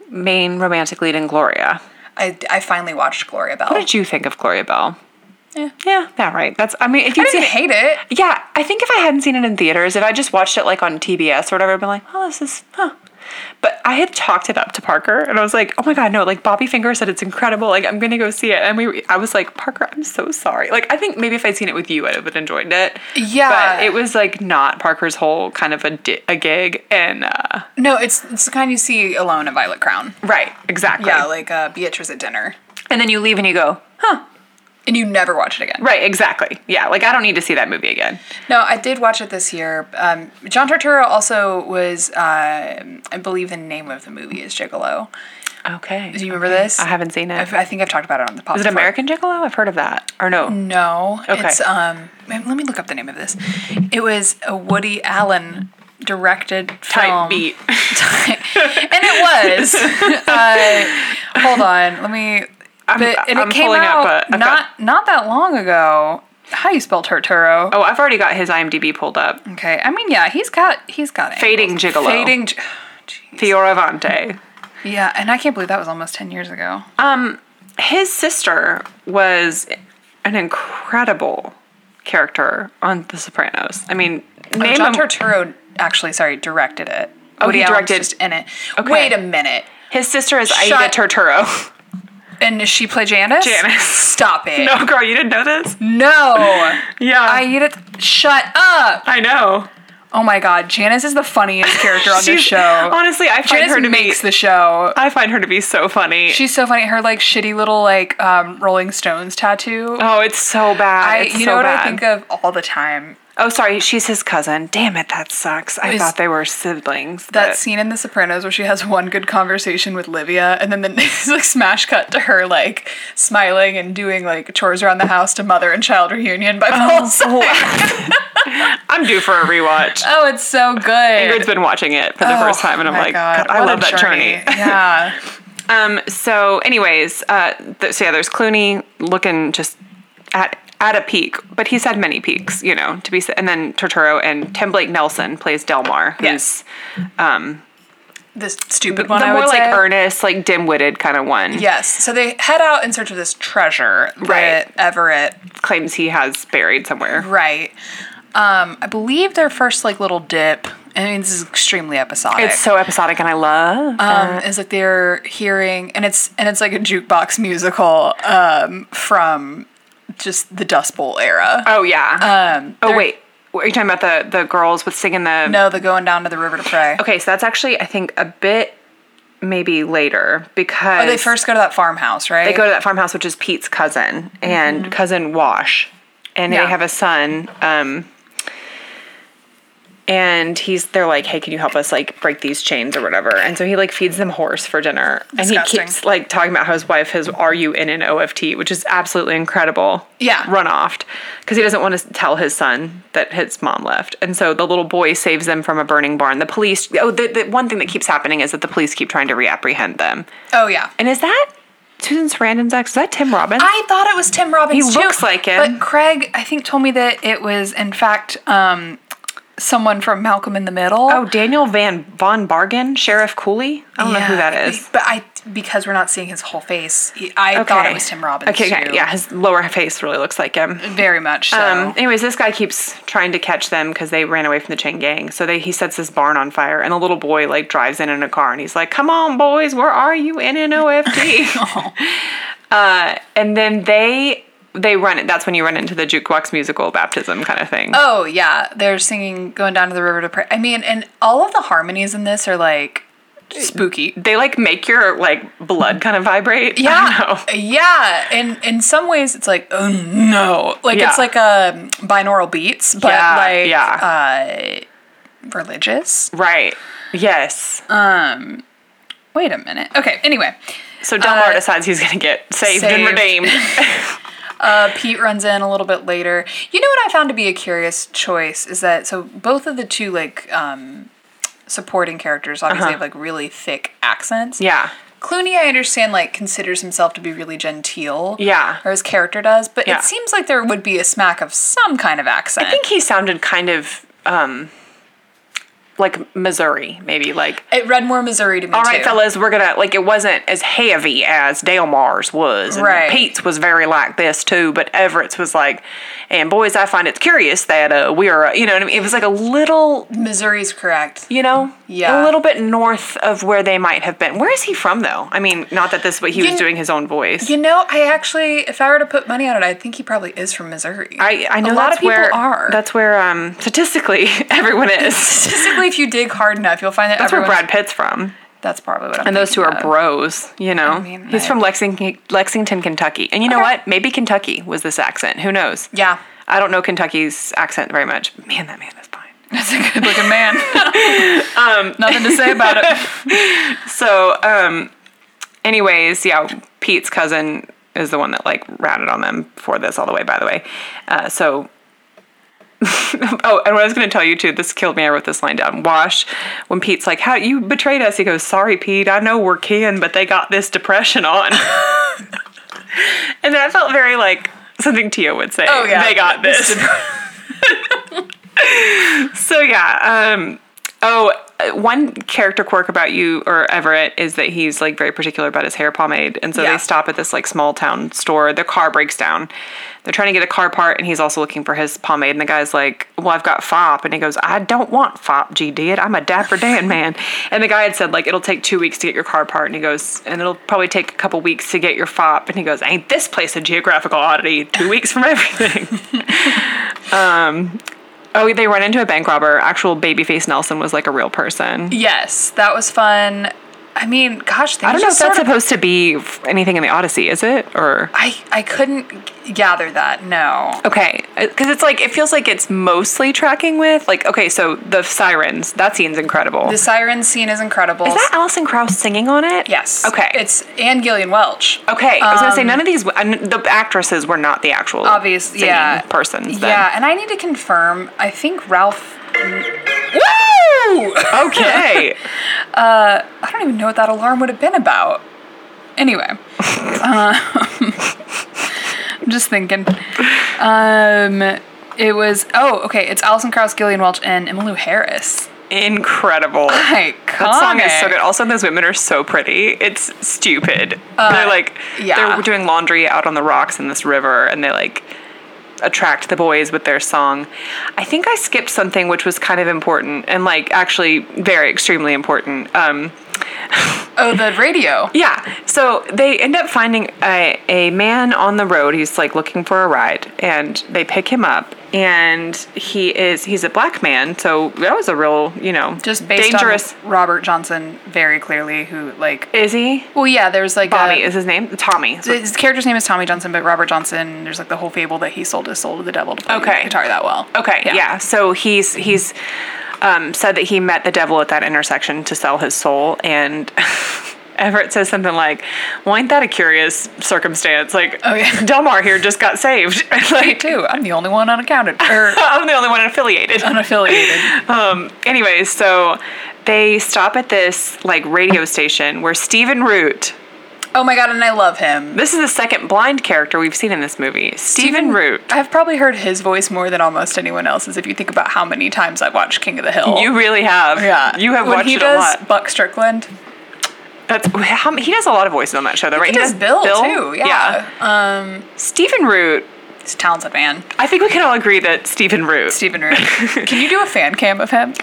Speaker 1: main romantic lead in Gloria.
Speaker 2: I, I finally watched Gloria Bell.
Speaker 1: What did you think of Gloria Bell?
Speaker 2: Yeah.
Speaker 1: Yeah, yeah, right. That's I mean if you
Speaker 2: I
Speaker 1: see
Speaker 2: didn't hate it.
Speaker 1: Yeah, I think if I hadn't seen it in theaters, if I just watched it like on TBS or whatever, I'd be like, oh, this is, huh. But I had talked it up to Parker, and I was like, oh my god, no! Like Bobby Finger said, it's incredible. Like I'm gonna go see it, and we, I was like, Parker, I'm so sorry. Like I think maybe if I'd seen it with you, I would have enjoyed it.
Speaker 2: Yeah.
Speaker 1: but it was like not Parker's whole kind of a, di- a gig, and uh,
Speaker 2: No, it's it's the kind you see alone in Violet Crown.
Speaker 1: right, exactly.
Speaker 2: Yeah, like uh, Beatrice at dinner,
Speaker 1: and then you leave and you go,
Speaker 2: and you never watch it again.
Speaker 1: right, exactly. Yeah, like I don't need to see that movie again.
Speaker 2: No, I did watch it this year. Um, John Turturro also was, um I believe, the name of the movie is Gigolo.
Speaker 1: Okay.
Speaker 2: Do you remember this?
Speaker 1: I haven't seen it.
Speaker 2: I've- I think I've talked about it on the podcast.
Speaker 1: is it American Gigolo? I've heard of that, or no?
Speaker 2: No.
Speaker 1: Okay.
Speaker 2: It's um let me look up the name of this. It was a Woody Allen directed
Speaker 1: Type
Speaker 2: film.
Speaker 1: beat.
Speaker 2: and it was. uh, hold on. Let me
Speaker 1: I'm,
Speaker 2: But, and
Speaker 1: I'm
Speaker 2: it came
Speaker 1: pulling
Speaker 2: out
Speaker 1: up a. I've got-
Speaker 2: not not that long ago. How you spell Turturro?
Speaker 1: oh, I've already got his IMDb pulled up.
Speaker 2: Okay, I mean, yeah, he's got he's got angles.
Speaker 1: Oh. Fading Gigolo.
Speaker 2: Fading, gi- Jeez.
Speaker 1: Fioravante.
Speaker 2: yeah, and I can't believe that was almost ten years ago.
Speaker 1: His sister was an incredible character on The Sopranos. I mean, name
Speaker 2: Oh, John
Speaker 1: him-
Speaker 2: Turturro actually, sorry, directed it.
Speaker 1: Oh, he
Speaker 2: Allen's
Speaker 1: directed-
Speaker 2: just in it. Wait a minute,
Speaker 1: His sister is Aida
Speaker 2: Shut-
Speaker 1: Turturro.
Speaker 2: and does she play Janice?
Speaker 1: Janice.
Speaker 2: stop it.
Speaker 1: no, girl, you didn't know this?
Speaker 2: no.
Speaker 1: Yeah,
Speaker 2: Mm-hmm. I
Speaker 1: I,
Speaker 2: need it. Shut up!
Speaker 1: know.
Speaker 2: Oh my God, Janice is the funniest character on this
Speaker 1: She's-
Speaker 2: show.
Speaker 1: Honestly, I find
Speaker 2: Janice
Speaker 1: her to
Speaker 2: makes
Speaker 1: be.
Speaker 2: the show.
Speaker 1: I find her to be so funny.
Speaker 2: She's so funny. Her like shitty little like um, Rolling Stones tattoo.
Speaker 1: oh, it's so bad.
Speaker 2: I,
Speaker 1: it's
Speaker 2: you
Speaker 1: so
Speaker 2: know what
Speaker 1: bad.
Speaker 2: I think of all the time.
Speaker 1: Oh, sorry, she's his cousin. Damn it, that sucks. I
Speaker 2: Is-
Speaker 1: thought they were siblings.
Speaker 2: That
Speaker 1: but-
Speaker 2: scene in The Sopranos where she has one good conversation with Livia, and then the next like smash cut to her like smiling and doing like chores around the house to Mother and Child Reunion
Speaker 1: Oh,
Speaker 2: by Paul. Simon.
Speaker 1: I'm due for a rewatch.
Speaker 2: Oh, it's so good.
Speaker 1: Ingrid's been watching it for the first time, and I'm like, God, I
Speaker 2: Oh what a
Speaker 1: love that journey.
Speaker 2: Yeah,
Speaker 1: Um, so, anyways, uh, th- so yeah, there's Clooney looking just at at a peak, but he's had many peaks, you know. To be s- and then Torturo and Tim Blake Nelson plays Delmar, who's
Speaker 2: Yes. this stupid one.
Speaker 1: the
Speaker 2: I
Speaker 1: more
Speaker 2: would
Speaker 1: like
Speaker 2: say.
Speaker 1: earnest, like dim-witted kind of one.
Speaker 2: Yes, so they head out in search of this treasure
Speaker 1: Right.
Speaker 2: that Everett
Speaker 1: Claims he has buried somewhere.
Speaker 2: Right. Um, I believe their first like little dip. I mean, this is extremely episodic.
Speaker 1: It's so episodic, and I love.
Speaker 2: um, is like they're hearing, and it's and it's like a jukebox musical um, from just the Dust Bowl era.
Speaker 1: oh yeah.
Speaker 2: Um,
Speaker 1: oh
Speaker 2: they're-
Speaker 1: wait, what are you talking about the the girls with singing the?
Speaker 2: no, the going down to the river to pray.
Speaker 1: Okay, so that's actually I think a bit maybe later because
Speaker 2: Oh, They first go to that farmhouse, right? Mm-hmm.
Speaker 1: they go to that farmhouse, which is Pete's cousin and cousin Wash, and
Speaker 2: Yeah.
Speaker 1: they have a son. Um, and he's they're like, hey, can you help us like break these chains or whatever? And so he like feeds them horse for dinner, and he
Speaker 2: Disgusting.
Speaker 1: keeps like talking about how his wife has "Are you in an OFT?" which is absolutely incredible.
Speaker 2: Yeah.
Speaker 1: run off because he doesn't want to tell his son that his mom left, and so the little boy saves them from a burning barn. The police. Oh, the, the one thing that keeps happening is that the police keep trying to reapprehend them.
Speaker 2: oh yeah.
Speaker 1: And is that Susan Sarandon's ex? Is that Tim Robbins?
Speaker 2: I thought it was Tim Robbins.
Speaker 1: He
Speaker 2: too,
Speaker 1: looks like him.
Speaker 2: But Craig, I think, told me that it was in fact um, someone from Malcolm in the Middle.
Speaker 1: oh, Daniel Van Von Bargen, Sheriff Cooley. I don't know who
Speaker 2: Yeah,
Speaker 1: that is.
Speaker 2: But I because we're not seeing his whole face, he- I thought it was Tim Robbins.
Speaker 1: Okay, okay,
Speaker 2: too.
Speaker 1: yeah, his lower face really looks like him.
Speaker 2: very much. So.
Speaker 1: Um, anyways, this guy keeps trying to catch them because they ran away from the chain gang. So they he sets this barn on fire, and the little boy like drives in in a car, and he's like, "Come on, boys, where are you?" In an OFT. uh, and then they they run it. That's when you run into the jukebox musical baptism kind of thing.
Speaker 2: oh yeah, they're singing "Going Down to the River to Pray." I mean, and all of the harmonies in this are like spooky.
Speaker 1: they like make your like blood kind of vibrate. I don't know.
Speaker 2: Yeah, yeah, and in some ways it's like oh no, like
Speaker 1: Yeah.
Speaker 2: it's like a binaural beats, but
Speaker 1: Yeah,
Speaker 2: like
Speaker 1: yeah.
Speaker 2: uh, religious.
Speaker 1: Right. Yes.
Speaker 2: Wait a minute. Okay, anyway,
Speaker 1: so Delmar
Speaker 2: uh,
Speaker 1: decides he's gonna get saved, and
Speaker 2: saved.
Speaker 1: redeemed.
Speaker 2: Uh, Pete runs in a little bit later. You know what I found to be a curious choice is that so both of the two like um, supporting characters
Speaker 1: Uh-huh.
Speaker 2: obviously have like really thick accents.
Speaker 1: yeah.
Speaker 2: Clooney, I understand, like considers himself to be really genteel.
Speaker 1: Yeah.
Speaker 2: Or his character does, but
Speaker 1: Yeah.
Speaker 2: it seems like there would be a smack of some kind of accent.
Speaker 1: I think he sounded kind of um like Missouri, maybe like
Speaker 2: it read more Missouri to me.
Speaker 1: all right,
Speaker 2: too.
Speaker 1: fellas, we're gonna like it wasn't as heavy as Delmar's was, and
Speaker 2: Right.
Speaker 1: Pete's was very like this too. But Everett's was like, and boys, I find it's curious that uh, we are, uh, you know, what I mean? it was like a little
Speaker 2: Missouri's correct.
Speaker 1: you know
Speaker 2: Yeah.
Speaker 1: a little bit north of where they might have been where is he from though i mean not that this but he was
Speaker 2: You-
Speaker 1: doing his own voice
Speaker 2: You know, I actually, if I were to put money on it, I think he probably is from Missouri.
Speaker 1: i i know
Speaker 2: a lot
Speaker 1: that's
Speaker 2: of people
Speaker 1: where
Speaker 2: are.
Speaker 1: that's where um statistically everyone is
Speaker 2: Statistically, if you dig hard enough, you'll find that
Speaker 1: that's where
Speaker 2: everyone's-
Speaker 1: brad pitt's from
Speaker 2: That's probably what I'm.
Speaker 1: and those two
Speaker 2: thinking
Speaker 1: are
Speaker 2: of.
Speaker 1: bros you know
Speaker 2: mean,
Speaker 1: he's
Speaker 2: I-
Speaker 1: from lexington lexington kentucky and you know
Speaker 2: Okay.
Speaker 1: what maybe kentucky was this accent who knows
Speaker 2: Yeah,
Speaker 1: i don't know kentucky's accent very much man that man is fine
Speaker 2: that's a good looking man. um, nothing to say about it.
Speaker 1: so um anyways yeah pete's cousin is the one that like ratted on them for this all the way by the way uh, so oh and what i was going to tell you too this killed me i wrote this line down wash when pete's like how you betrayed us he goes sorry pete i know we're kin but they got this depression on And then I felt very like something Tia would say.
Speaker 2: Oh, yeah.
Speaker 1: They got this. so yeah. Um oh uh, one character quirk about you or Everett is that he's like very particular about his hair pomade. And so
Speaker 2: Yeah.
Speaker 1: they stop at this like small town store. Their car breaks down. They're trying to get a car part and he's also looking for his pomade. And the guy's like, Well, I've got fop. And he goes, I don't want fop, G did. I'm a dapper Dan man. And the guy had said, like, it'll take two weeks to get your car part. And he goes, and it'll probably take a couple weeks to get your fop. And he goes, Ain't this place a geographical oddity? Two weeks from everything. Oh, they run into a bank robber. Actual babyface Nelson was like a real person.
Speaker 2: Yes, that was fun. I mean, gosh, things
Speaker 1: I don't know if
Speaker 2: just
Speaker 1: that's
Speaker 2: sort of,
Speaker 1: supposed to be f- anything in the Odyssey, is it? Or
Speaker 2: I I couldn't g- gather that. No.
Speaker 1: okay, because it's like it feels like it's mostly tracking with like okay, so the sirens that scene's incredible.
Speaker 2: The siren scene is incredible.
Speaker 1: is that Alison Krauss singing on it?
Speaker 2: yes.
Speaker 1: Okay.
Speaker 2: It's Anne Gillian Welch.
Speaker 1: okay. I was gonna say
Speaker 2: Um,
Speaker 1: none of these. And the actresses were not the actual
Speaker 2: Obvious-
Speaker 1: singing
Speaker 2: yeah.
Speaker 1: persons. Then.
Speaker 2: Yeah, and I need to confirm. I think Ralph. Woo!
Speaker 1: Okay.
Speaker 2: I don't even know what that alarm would have been about. Anyway, uh, I'm just thinking. Um, it was oh okay. It's Alison Krauss, Gillian Welch, and Emmylou Harris.
Speaker 1: Incredible.
Speaker 2: Iconic.
Speaker 1: That song is so good. Also, those women are so pretty. It's stupid. they're like,
Speaker 2: Uh, yeah.
Speaker 1: they're doing laundry out on the rocks in this river, and they like attract the boys with their song. I think I skipped something which was kind of important and like actually very extremely important. Um,
Speaker 2: Oh, the radio.
Speaker 1: yeah. So they end up finding a, a man on the road. He's like looking for a ride, and they pick him up. And he is he's a black man, so that was a real you know
Speaker 2: Just based
Speaker 1: dangerous.
Speaker 2: on Robert Johnson, very clearly, who like.
Speaker 1: is he?
Speaker 2: Well, yeah, there's like
Speaker 1: Bobby
Speaker 2: A,
Speaker 1: is his name. Tommy. is what
Speaker 2: his character's name is Tommy Johnson, but Robert Johnson. There's like the whole fable that he sold his soul to the devil to play
Speaker 1: Okay.
Speaker 2: guitar that well.
Speaker 1: Okay, yeah. So he's he's um, said that he met the devil at that intersection to sell his soul, and Everett says something like, "Well, ain't that a curious circumstance? Like,
Speaker 2: Oh, yeah.
Speaker 1: Delmar here just got saved.
Speaker 2: Me
Speaker 1: like,
Speaker 2: too. I'm the only one unaccounted or
Speaker 1: I'm the only one affiliated."
Speaker 2: unaffiliated.
Speaker 1: Um, anyways, so they stop at this like radio station where Stephen Root.
Speaker 2: Oh my god, and I love him.
Speaker 1: This is the second blind character we've seen in this movie. Stephen Root.
Speaker 2: I've probably heard his voice more than almost anyone else's if you think about how many times I've watched King of the Hill.
Speaker 1: You really have.
Speaker 2: yeah.
Speaker 1: You have
Speaker 2: when
Speaker 1: watched
Speaker 2: he
Speaker 1: it
Speaker 2: does
Speaker 1: a lot.
Speaker 2: Buck Strickland.
Speaker 1: That's how, he does a lot of voices on that show, though, right?
Speaker 2: He, does, Bill, too. Yeah. Um
Speaker 1: Stephen Root.
Speaker 2: he's a talented man.
Speaker 1: I think we can all agree that Stephen Root.
Speaker 2: Stephen Root. Can you do a fan cam of him?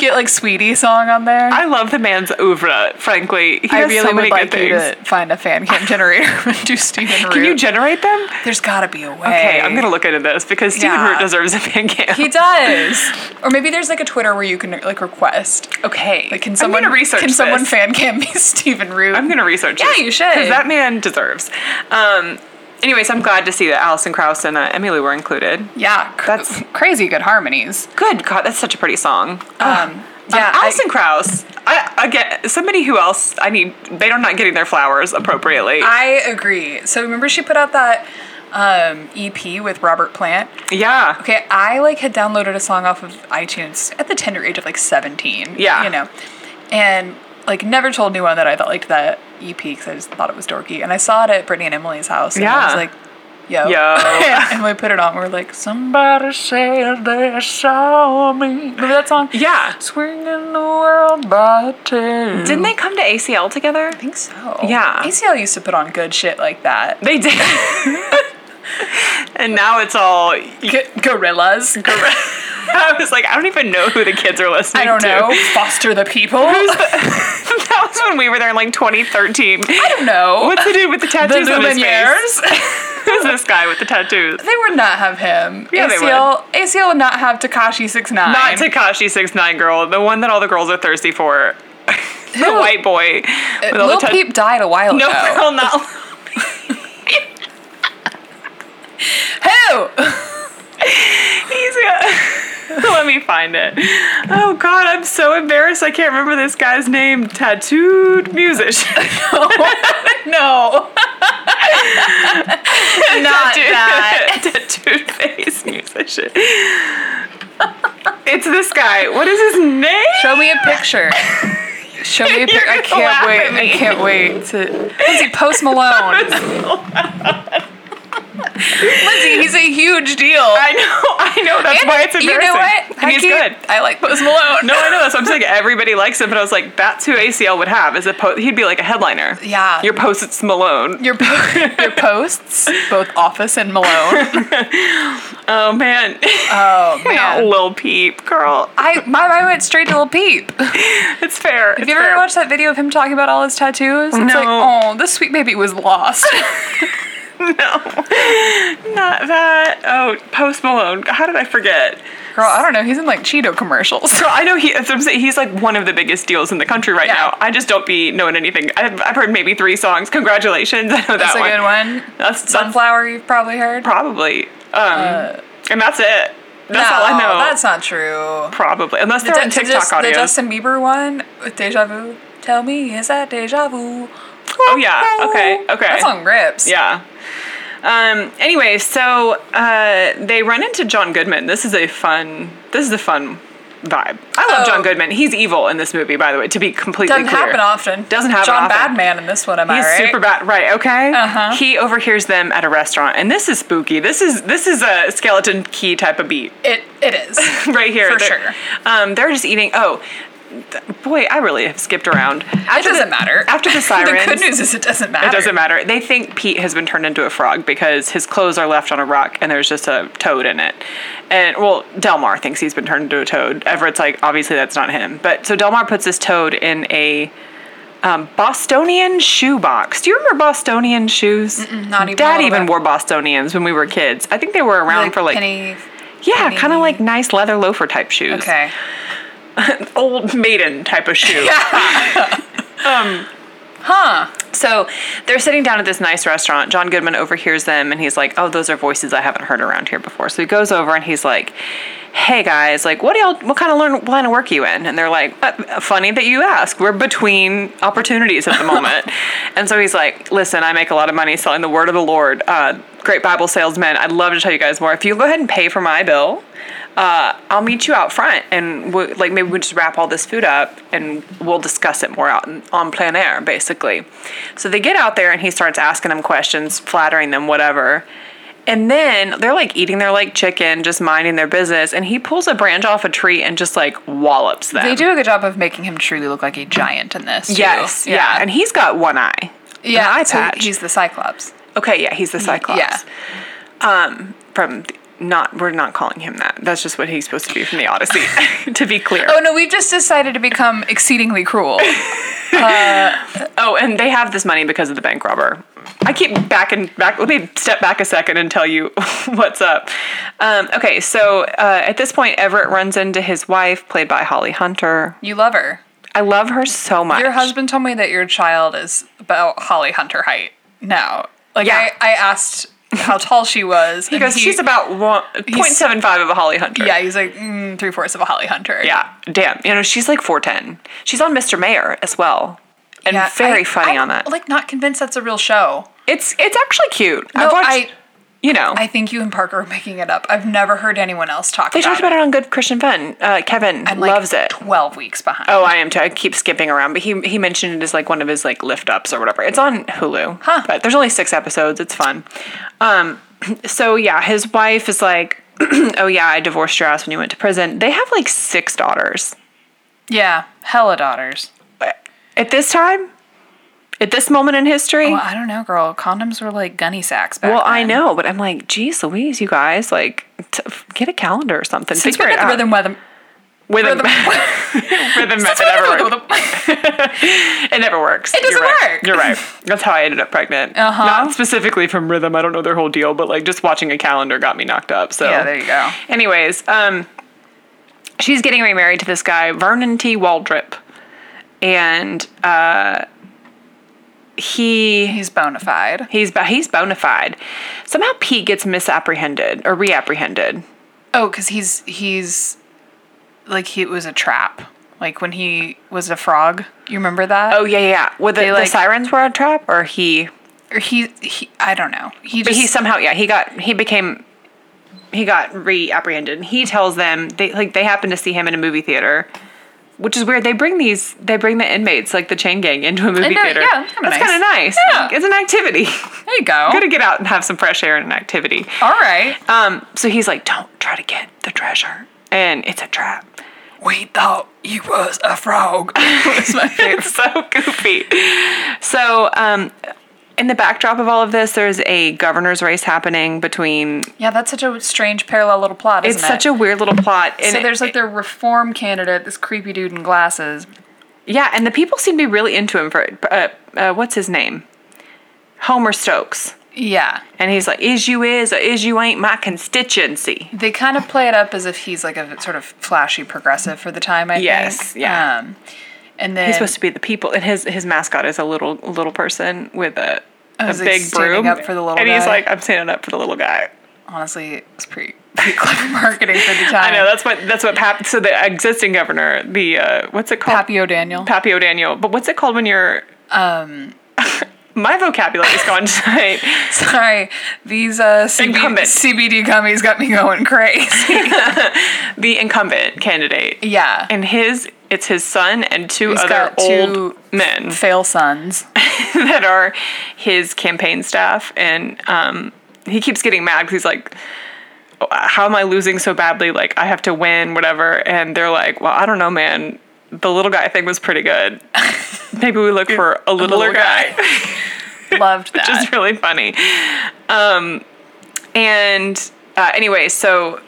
Speaker 2: Get like Sweetie song on there.
Speaker 1: I love the man's oeuvre. Frankly, he
Speaker 2: I
Speaker 1: does
Speaker 2: really
Speaker 1: so many
Speaker 2: would like
Speaker 1: good
Speaker 2: you
Speaker 1: things.
Speaker 2: to find a fan cam generator and do Stephen Root.
Speaker 1: Can you generate them?
Speaker 2: There's gotta be a way.
Speaker 1: Okay, I'm gonna look into this because Stephen
Speaker 2: Yeah.
Speaker 1: Root deserves a fan cam.
Speaker 2: He does. Or maybe there's like a Twitter where you can like request.
Speaker 1: okay,
Speaker 2: Like, can someone
Speaker 1: I'm gonna research
Speaker 2: Can someone
Speaker 1: this.
Speaker 2: fan cam me Stephen Root?
Speaker 1: I'm gonna research.
Speaker 2: Yeah,
Speaker 1: this,
Speaker 2: you should.
Speaker 1: 'cause that man deserves. Um, anyways, I'm glad to see that Alison Krauss and uh, Emily were included.
Speaker 2: Yeah, cr-
Speaker 1: That's-
Speaker 2: crazy good harmonies.
Speaker 1: Good God, that's such a pretty song.
Speaker 2: Um,
Speaker 1: Yeah,
Speaker 2: yeah, I-
Speaker 1: Alison Krauss. I again somebody who else I need. They are not getting their flowers appropriately.
Speaker 2: I agree. So remember she put out that um, EP with Robert Plant.
Speaker 1: yeah.
Speaker 2: Okay, I like had downloaded a song off of iTunes at the tender age of like 17.
Speaker 1: Yeah.
Speaker 2: You know, and like never told anyone that I thought liked that EP because I just thought it was dorky. And I saw it at Brittany and Emily's house. And I was
Speaker 1: Yeah.
Speaker 2: like, yo.
Speaker 1: Yo.
Speaker 2: and Emily put it on. We were like, somebody said they saw me. Remember that song?
Speaker 1: Yeah.
Speaker 2: Swinging the world by two.
Speaker 1: Didn't they come to ACL together?
Speaker 2: I think so.
Speaker 1: Yeah.
Speaker 2: ACL used to put on good shit like that.
Speaker 1: They did. and now it's all.
Speaker 2: gorillas.
Speaker 1: I was like, I don't even know who the kids are listening
Speaker 2: I don't
Speaker 1: to.
Speaker 2: know. Foster the people. I
Speaker 1: that was when we were there in like 2013.
Speaker 2: don't know.
Speaker 1: What's the dude with the
Speaker 2: the
Speaker 1: tattoos on his face?
Speaker 2: Lumineers.
Speaker 1: Who's this guy with the tattoos?
Speaker 2: they would not have him.
Speaker 1: Yeah, they
Speaker 2: ACL ACL would not have Takashi six nine.
Speaker 1: Not Takashi Six Nine girl, the one that all the girls are thirsty for. the
Speaker 2: Who? Uh,
Speaker 1: white boy with all the
Speaker 2: Lil
Speaker 1: tat-
Speaker 2: Peep died a while
Speaker 1: No,
Speaker 2: ago.
Speaker 1: girl, not.
Speaker 2: Who?
Speaker 1: He's got. Let me find it. Oh God, I'm so embarrassed. I can't remember this guy's name. Tattooed musician.
Speaker 2: no. not that.
Speaker 1: Tattooed face musician. It's this guy. What is his name?
Speaker 2: Show me a picture. Show me a pic.
Speaker 1: You're
Speaker 2: I
Speaker 1: gonna laugh
Speaker 2: can't wait.
Speaker 1: at me.
Speaker 2: I can't wait to. Lindsay Post Malone. Lindsay, he's a huge deal.
Speaker 1: I know, I know. That's
Speaker 2: And
Speaker 1: why it's embarrassing.
Speaker 2: You know what?
Speaker 1: And he's
Speaker 2: Heike,
Speaker 1: good.
Speaker 2: I like Post Malone.
Speaker 1: No, I know. That's what I'm saying. Everybody likes him, but I was like, that's who ACL would have. As a po- he'd be like a headliner.
Speaker 2: Yeah.
Speaker 1: Your post it's Malone.
Speaker 2: Your po- your posts, both Office and Malone.
Speaker 1: Oh man,
Speaker 2: Oh
Speaker 1: not
Speaker 2: man.
Speaker 1: Lil Peep, girl.
Speaker 2: I my mind went straight to Lil Peep. Have
Speaker 1: It's fair. Have
Speaker 2: you ever watched that video of him talking about all his tattoos? It's like,
Speaker 1: No.
Speaker 2: oh, this sweet baby was lost.
Speaker 1: Not that. Oh, Post Malone. How did I forget?
Speaker 2: Girl, I don't know. He's in like Cheeto commercials.
Speaker 1: Girl, I know he. that's what I'm saying. He's like one of the biggest deals in the country right
Speaker 2: Yeah.
Speaker 1: now. I just don't be knowing anything. I've, I've heard maybe three songs. Congratulations. I know
Speaker 2: That's
Speaker 1: that
Speaker 2: a
Speaker 1: one.
Speaker 2: good one.
Speaker 1: That's, that's
Speaker 2: Sunflower, you've probably heard.
Speaker 1: probably. Um, and that's it. That's all I know.
Speaker 2: That's not true.
Speaker 1: probably unless they're on
Speaker 2: Ju-
Speaker 1: TikTok
Speaker 2: just-
Speaker 1: audio.
Speaker 2: The Justin Bieber one with Deja Vu. Tell me, is that Deja Vu?
Speaker 1: Oh, yeah. Okay, okay.
Speaker 2: That song rips.
Speaker 1: Yeah. Um, anyway, so uh, they run into John Goodman. This is a fun. This is a fun vibe. I love
Speaker 2: Oh.
Speaker 1: John Goodman. He's evil in this movie, by the way. To be completely
Speaker 2: Doesn't
Speaker 1: clear,
Speaker 2: happen often.
Speaker 1: Doesn't happen
Speaker 2: John
Speaker 1: often.
Speaker 2: Badman in this one, am
Speaker 1: He's
Speaker 2: I right?
Speaker 1: super bad. Right? Okay.
Speaker 2: Uh-huh.
Speaker 1: He overhears them at a restaurant, and this is spooky. This is this is a skeleton key type of beat
Speaker 2: It, it is.
Speaker 1: right here.
Speaker 2: For
Speaker 1: They're-
Speaker 2: sure.
Speaker 1: Um, they're just eating. Oh, th- boy, I really have skipped around. After
Speaker 2: it doesn't
Speaker 1: the,
Speaker 2: matter.
Speaker 1: After the sirens,
Speaker 2: the good news is it doesn't matter.
Speaker 1: It doesn't matter. They think Pete has been turned into a frog because his clothes are left on a rock and there's just a toad in it. And well, Delmar thinks he's been turned into a toad. Everett's like, obviously that's not him. But so Delmar puts this toad in a um, Bostonian shoe box. Do you remember Bostonian shoes?
Speaker 2: not even a
Speaker 1: Dad
Speaker 2: little
Speaker 1: even
Speaker 2: bit.
Speaker 1: wore Bostonians when we were kids. I think they were around for like
Speaker 2: penny.
Speaker 1: yeah, kind
Speaker 2: penny-
Speaker 1: of like nice leather loafer type shoes.
Speaker 2: Okay.
Speaker 1: old maiden type of shoe. Um,
Speaker 2: Huh.
Speaker 1: So they're sitting down at this nice restaurant. John Goodman overhears them and he's like, Oh, those are voices I haven't heard around here before. So he goes over and he's like, Hey guys, like, what do y'all, what kind of learn, line of work you in? And they're like, uh, Funny that you ask. We're between opportunities at the moment. and so he's like, Listen, I make a lot of money selling the word of the Lord. Uh, great Bible salesman. I'd love to tell you guys more. If you go ahead and pay for my bill, uh, I'll meet you out front and we, like maybe we just wrap all this food up and we'll discuss it more out in, on plein air basically. So they get out there and he starts asking them questions, flattering them, whatever. And then they're like eating their like chicken, just minding their business, and he pulls a branch off a tree and just like wallops them.
Speaker 2: They do a good job of making him truly look like a giant in this. too.
Speaker 1: Yes, yeah. And he's got one eye.
Speaker 2: yeah.
Speaker 1: an eye
Speaker 2: so
Speaker 1: patch.
Speaker 2: he's the Cyclops.
Speaker 1: Okay, yeah, he's the Cyclops.
Speaker 2: Yeah.
Speaker 1: From the, not we're not calling him that. That's just what he's supposed to be from the Odyssey. to be clear.
Speaker 2: Oh no, we've just decided to become exceedingly cruel.
Speaker 1: Oh, and they have this money because of the bank robber. I keep back and back. Let me step back a second and tell you what's up. Um, okay, so uh, at this point, Everett runs into his wife, played by Holly Hunter.
Speaker 2: You love her.
Speaker 1: I love her so much.
Speaker 2: Your husband told me that your child is about Holly Hunter height now. Like
Speaker 1: Yeah.
Speaker 2: I, I asked how tall she was.
Speaker 1: He goes, she's about one, 0.75 of a Holly Hunter.
Speaker 2: Yeah, he's like mm, three fourths of a Holly Hunter.
Speaker 1: Yeah. Damn. You know, she's like 4'10. She's on Mr. Mayor as well. And
Speaker 2: Yeah,
Speaker 1: very
Speaker 2: I-
Speaker 1: funny
Speaker 2: I'm,
Speaker 1: on that.
Speaker 2: Like not convinced that's a real show.
Speaker 1: It's it's actually cute.
Speaker 2: No,
Speaker 1: I've watched,
Speaker 2: I
Speaker 1: you know.
Speaker 2: I think you and Parker are making it up. I've never heard anyone else talk
Speaker 1: they
Speaker 2: about
Speaker 1: talked about it on Good Christian Fun. Uh, Kevin
Speaker 2: like,
Speaker 1: loves it.
Speaker 2: Twelve weeks behind.
Speaker 1: Oh, I am too. I keep skipping around, but he he mentioned it as like one of his like lift ups or whatever. It's on Hulu,
Speaker 2: Huh.
Speaker 1: But there's only six episodes. It's fun. Um, so yeah, his wife is like, oh yeah, I divorced your ass when you went to prison. They have like six daughters
Speaker 2: Yeah, hella daughters.
Speaker 1: at this time, at this moment in history.
Speaker 2: Well, Oh, I don't know, girl. Condoms were like gunny sacks back
Speaker 1: well,
Speaker 2: then.
Speaker 1: I know, but I'm like, geez, Louise, you guys, like, t- get a calendar or something.
Speaker 2: Since
Speaker 1: Figure
Speaker 2: we
Speaker 1: it
Speaker 2: got the
Speaker 1: out.
Speaker 2: rhythm, rhythm,
Speaker 1: Rhythm-
Speaker 2: rhythm,
Speaker 1: rhythm
Speaker 2: Since
Speaker 1: method
Speaker 2: we got
Speaker 1: ever
Speaker 2: the
Speaker 1: worked.
Speaker 2: rhythm,
Speaker 1: It never works. It
Speaker 2: doesn't
Speaker 1: You're right.
Speaker 2: work.
Speaker 1: You're right. That's how I ended up pregnant.
Speaker 2: Uh-huh.
Speaker 1: Not specifically from rhythm. I don't know their whole deal, but like just watching a calendar got me knocked up. So
Speaker 2: Yeah, there you go.
Speaker 1: Anyways, um, she's getting remarried to this guy Vernon T. Waldrip, and uh, he
Speaker 2: He's bona fide.
Speaker 1: he's bo- he's bona fide. Somehow Pete gets misapprehended or reapprehended.
Speaker 2: Oh, because he's he's like he it was a trap. Like when he was a frog. You remember that?
Speaker 1: Oh yeah, yeah, yeah. Whether the,
Speaker 2: like-
Speaker 1: sirens were a trap or he,
Speaker 2: Or he he I don't know. He
Speaker 1: but
Speaker 2: just
Speaker 1: he somehow yeah he got he became he got reapprehended. He tells them they like they happen to see him in a movie theater which is weird. They bring these, they bring the inmates, like the chain gang, into a movie
Speaker 2: Into-
Speaker 1: theater.
Speaker 2: yeah, it's kinda
Speaker 1: that's
Speaker 2: nice.
Speaker 1: kind of nice.
Speaker 2: Yeah.
Speaker 1: Like, it's an activity.
Speaker 2: There you go.
Speaker 1: Gotta get out and have some fresh air and an activity.
Speaker 2: All right.
Speaker 1: Um, so he's like, don't try to get the treasure, and it's a trap.
Speaker 2: We thought you was a frog. That's my favorite.
Speaker 1: It's so goofy. So, um, in the backdrop of all of this, there's a governor's race happening between.
Speaker 2: yeah, that's such a strange parallel little plot, isn't
Speaker 1: It's
Speaker 2: it?
Speaker 1: such a weird little plot. And
Speaker 2: so there's like the reform candidate, this creepy dude in glasses.
Speaker 1: yeah, and the people seem to be really into him for uh, uh, what's his name, Homer Stokes,
Speaker 2: Yeah.
Speaker 1: and he's like, "Is you is or is you ain't my constituency."
Speaker 2: They kind of play it up as if he's like a sort of flashy progressive for the time, I
Speaker 1: Yes,
Speaker 2: think.
Speaker 1: yeah.
Speaker 2: Um, and then
Speaker 1: He's supposed to be the people, and his his mascot is a little little person with a. A
Speaker 2: he's, like,
Speaker 1: big
Speaker 2: Oh, standing
Speaker 1: broom,
Speaker 2: up for the little
Speaker 1: and he's
Speaker 2: guy.
Speaker 1: like, "I'm standing up for the little guy."
Speaker 2: honestly, it's pretty, pretty clever marketing for the time.
Speaker 1: I know that's what that's what Pap. So the existing governor, the uh, what's it called?
Speaker 2: Happy O'Daniel.
Speaker 1: Pappy O'Daniel. But what's it called when you're? Um, my vocabulary is gone tonight.
Speaker 2: Sorry, these uh, CB-
Speaker 1: Incumbent.
Speaker 2: CBD gummies got me going crazy.
Speaker 1: The incumbent candidate.
Speaker 2: yeah,
Speaker 1: And his, it's his son and two
Speaker 2: He's
Speaker 1: other
Speaker 2: got
Speaker 1: old
Speaker 2: two-
Speaker 1: men
Speaker 2: fail sons.
Speaker 1: that are his campaign staff. And um, he keeps getting mad because he's like, "How am I losing so badly? Like I have to win, whatever." And they're like, "Well, I don't know, man. The little guy thing was pretty good. Maybe we look for a littler
Speaker 2: little
Speaker 1: guy.
Speaker 2: Loved that.
Speaker 1: which is really funny. Um, and uh, anyway, so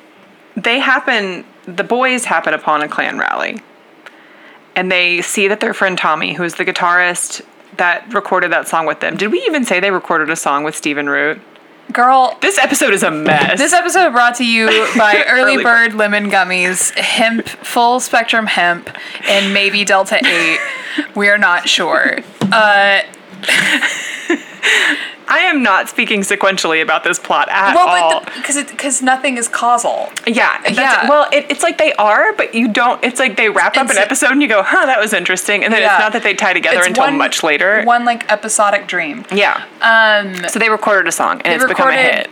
Speaker 1: they happen, the boys happen upon a Klan rally. And they see that their friend Tommy, who is the guitarist that recorded that song with them, did we even say they recorded a song with Stephen Root?
Speaker 2: Girl,
Speaker 1: This episode is a mess.
Speaker 2: this episode brought to you by Early,
Speaker 1: Early
Speaker 2: Bird Lemon Gummies, hemp, full spectrum hemp, and maybe Delta 8. We're not sure. Uh,
Speaker 1: I am not speaking sequentially about this plot at all.
Speaker 2: well, but because because nothing is causal.
Speaker 1: yeah, that's,
Speaker 2: yeah.
Speaker 1: Well, it, it's like they are, but you don't. It's like they wrap up
Speaker 2: It's-
Speaker 1: an episode and you go, "Huh, that was interesting," and then
Speaker 2: Yeah.
Speaker 1: it's not that they tie together
Speaker 2: It's
Speaker 1: until
Speaker 2: one-
Speaker 1: much later.
Speaker 2: One like episodic dream.
Speaker 1: Yeah. Um, so they recorded a song and it's become a hit.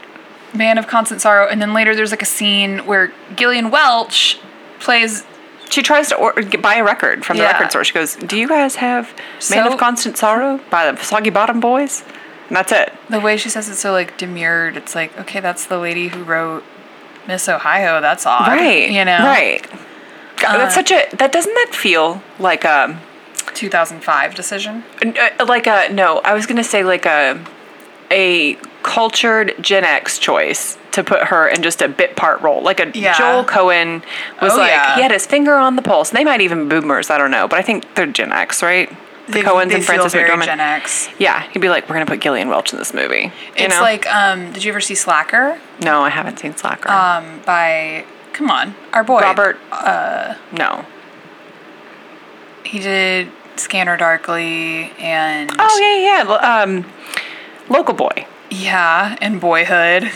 Speaker 2: Man of Constant Sorrow, and then later there's like a scene where Gillian Welch plays
Speaker 1: She tries to or- get- buy a record from the
Speaker 2: Yeah.
Speaker 1: record store. She goes, "Do you guys have Man
Speaker 2: So-
Speaker 1: of Constant Sorrow by the Soggy Bottom Boys?" And that's it.
Speaker 2: the way she says it so like demurred. It's like okay, that's the lady who wrote Miss Ohio. That's odd,
Speaker 1: Right.
Speaker 2: You know, Uh,
Speaker 1: Right. God, that's such a. That doesn't that feel like um, a,
Speaker 2: 2005 decision.
Speaker 1: n- uh, like a no? I was gonna say like a, a cultured Gen X choice to put her in just a bit part role, like a
Speaker 2: Yeah.
Speaker 1: Joel Cohen was
Speaker 2: Oh,
Speaker 1: like
Speaker 2: yeah.
Speaker 1: he had his finger on the pulse. They might even be boomers. I don't know, but I think they're Gen X, right? The
Speaker 2: They-
Speaker 1: Cohens
Speaker 2: they
Speaker 1: and
Speaker 2: feel
Speaker 1: Francis
Speaker 2: very
Speaker 1: McDormand.
Speaker 2: Gen X.
Speaker 1: Yeah, he'd be like, "We're gonna put Gillian Welch in this movie." You
Speaker 2: It's
Speaker 1: know?
Speaker 2: like, um, did you ever see Slacker?
Speaker 1: no, I haven't seen Slacker.
Speaker 2: Um, by come on, our boy
Speaker 1: Robert, uh, no.
Speaker 2: He did Scanner Darkly and
Speaker 1: Oh yeah, yeah. l- Um, local boy.
Speaker 2: yeah, and Boyhood.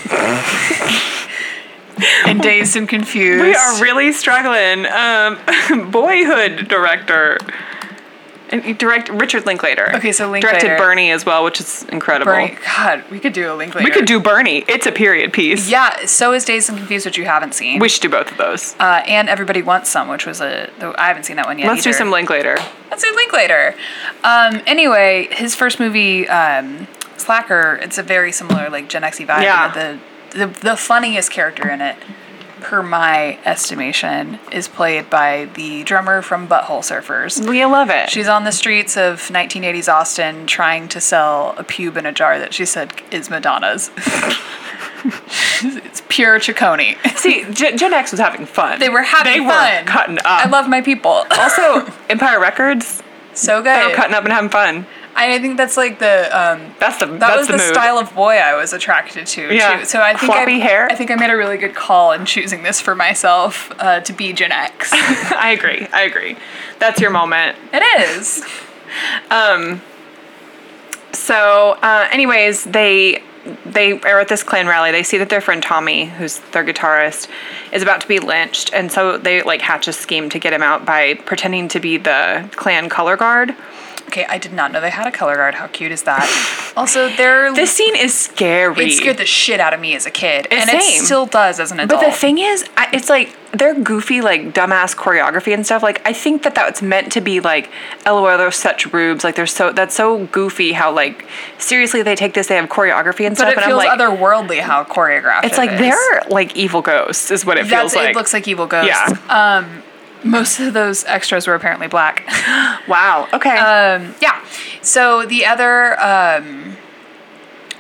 Speaker 2: and dazed and confused.
Speaker 1: We are really struggling. Um, boyhood director. And he direct Richard Linklater.
Speaker 2: Okay, so Linklater.
Speaker 1: directed Bernie as well, which is incredible.
Speaker 2: Bernie, God, we could do a link later.
Speaker 1: We could do Bernie. It's a period piece.
Speaker 2: Yeah, so is Dazed and Confused, which you haven't seen.
Speaker 1: We should do both of those.
Speaker 2: uh, and Everybody Wants Some, which was a. Though I haven't seen that one yet.
Speaker 1: Let's do
Speaker 2: either.
Speaker 1: some Linklater.
Speaker 2: Let's do link later. Um, anyway, his first movie, um, Slacker, it's a very similar like Gen X vibe.
Speaker 1: Yeah.
Speaker 2: The, the the funniest character in it, per my estimation, is played by the drummer from Butthole Surfers.
Speaker 1: We love it.
Speaker 2: She's on the streets of 1980s Austin trying to sell a pube in a jar that she said is Madonna's. it's pure Ciccone.
Speaker 1: See, Gen, Gen X was having fun.
Speaker 2: They were having
Speaker 1: They were
Speaker 2: fun.
Speaker 1: cutting up.
Speaker 2: I love my people.
Speaker 1: also, Empire Records,
Speaker 2: so
Speaker 1: they were
Speaker 2: good.
Speaker 1: cutting up and having fun.
Speaker 2: I think that's like the um,
Speaker 1: That's the
Speaker 2: that
Speaker 1: that's
Speaker 2: was the,
Speaker 1: move.
Speaker 2: style of boy I was attracted to.
Speaker 1: Yeah.
Speaker 2: Too. So I think I,
Speaker 1: Floppy hair.
Speaker 2: I think I made a really good call in choosing this for myself uh, to be Gen X.
Speaker 1: I agree. I agree. That's your moment.
Speaker 2: it is.
Speaker 1: So, uh, anyways, they they are at this Klan rally. They see that their friend Tommy, who's their guitarist, is about to be lynched, and so they like hatch a scheme to get him out by pretending to be the Klan color guard.
Speaker 2: Okay, I did not know they had a color guard. How cute is that? also, they're
Speaker 1: This scene is scary.
Speaker 2: it scared the shit out of me as a kid, and
Speaker 1: same.
Speaker 2: it still does as an adult.
Speaker 1: But the thing is, I, it's like their goofy, like dumbass choreography and stuff. Like I think that that's meant to be like, lol, they're such rubes. Like they're so that's so goofy how like seriously they take this. They have choreography and
Speaker 2: but
Speaker 1: stuff.
Speaker 2: it
Speaker 1: and
Speaker 2: feels
Speaker 1: I'm like,
Speaker 2: otherworldly how choreographed.
Speaker 1: it's
Speaker 2: it
Speaker 1: like
Speaker 2: is.
Speaker 1: they're like evil ghosts is what it
Speaker 2: That's
Speaker 1: feels like.
Speaker 2: it looks like evil ghosts.
Speaker 1: Yeah.
Speaker 2: Um, most of those extras were apparently black.
Speaker 1: Uh, wow. Okay.
Speaker 2: um, yeah. So the other, um,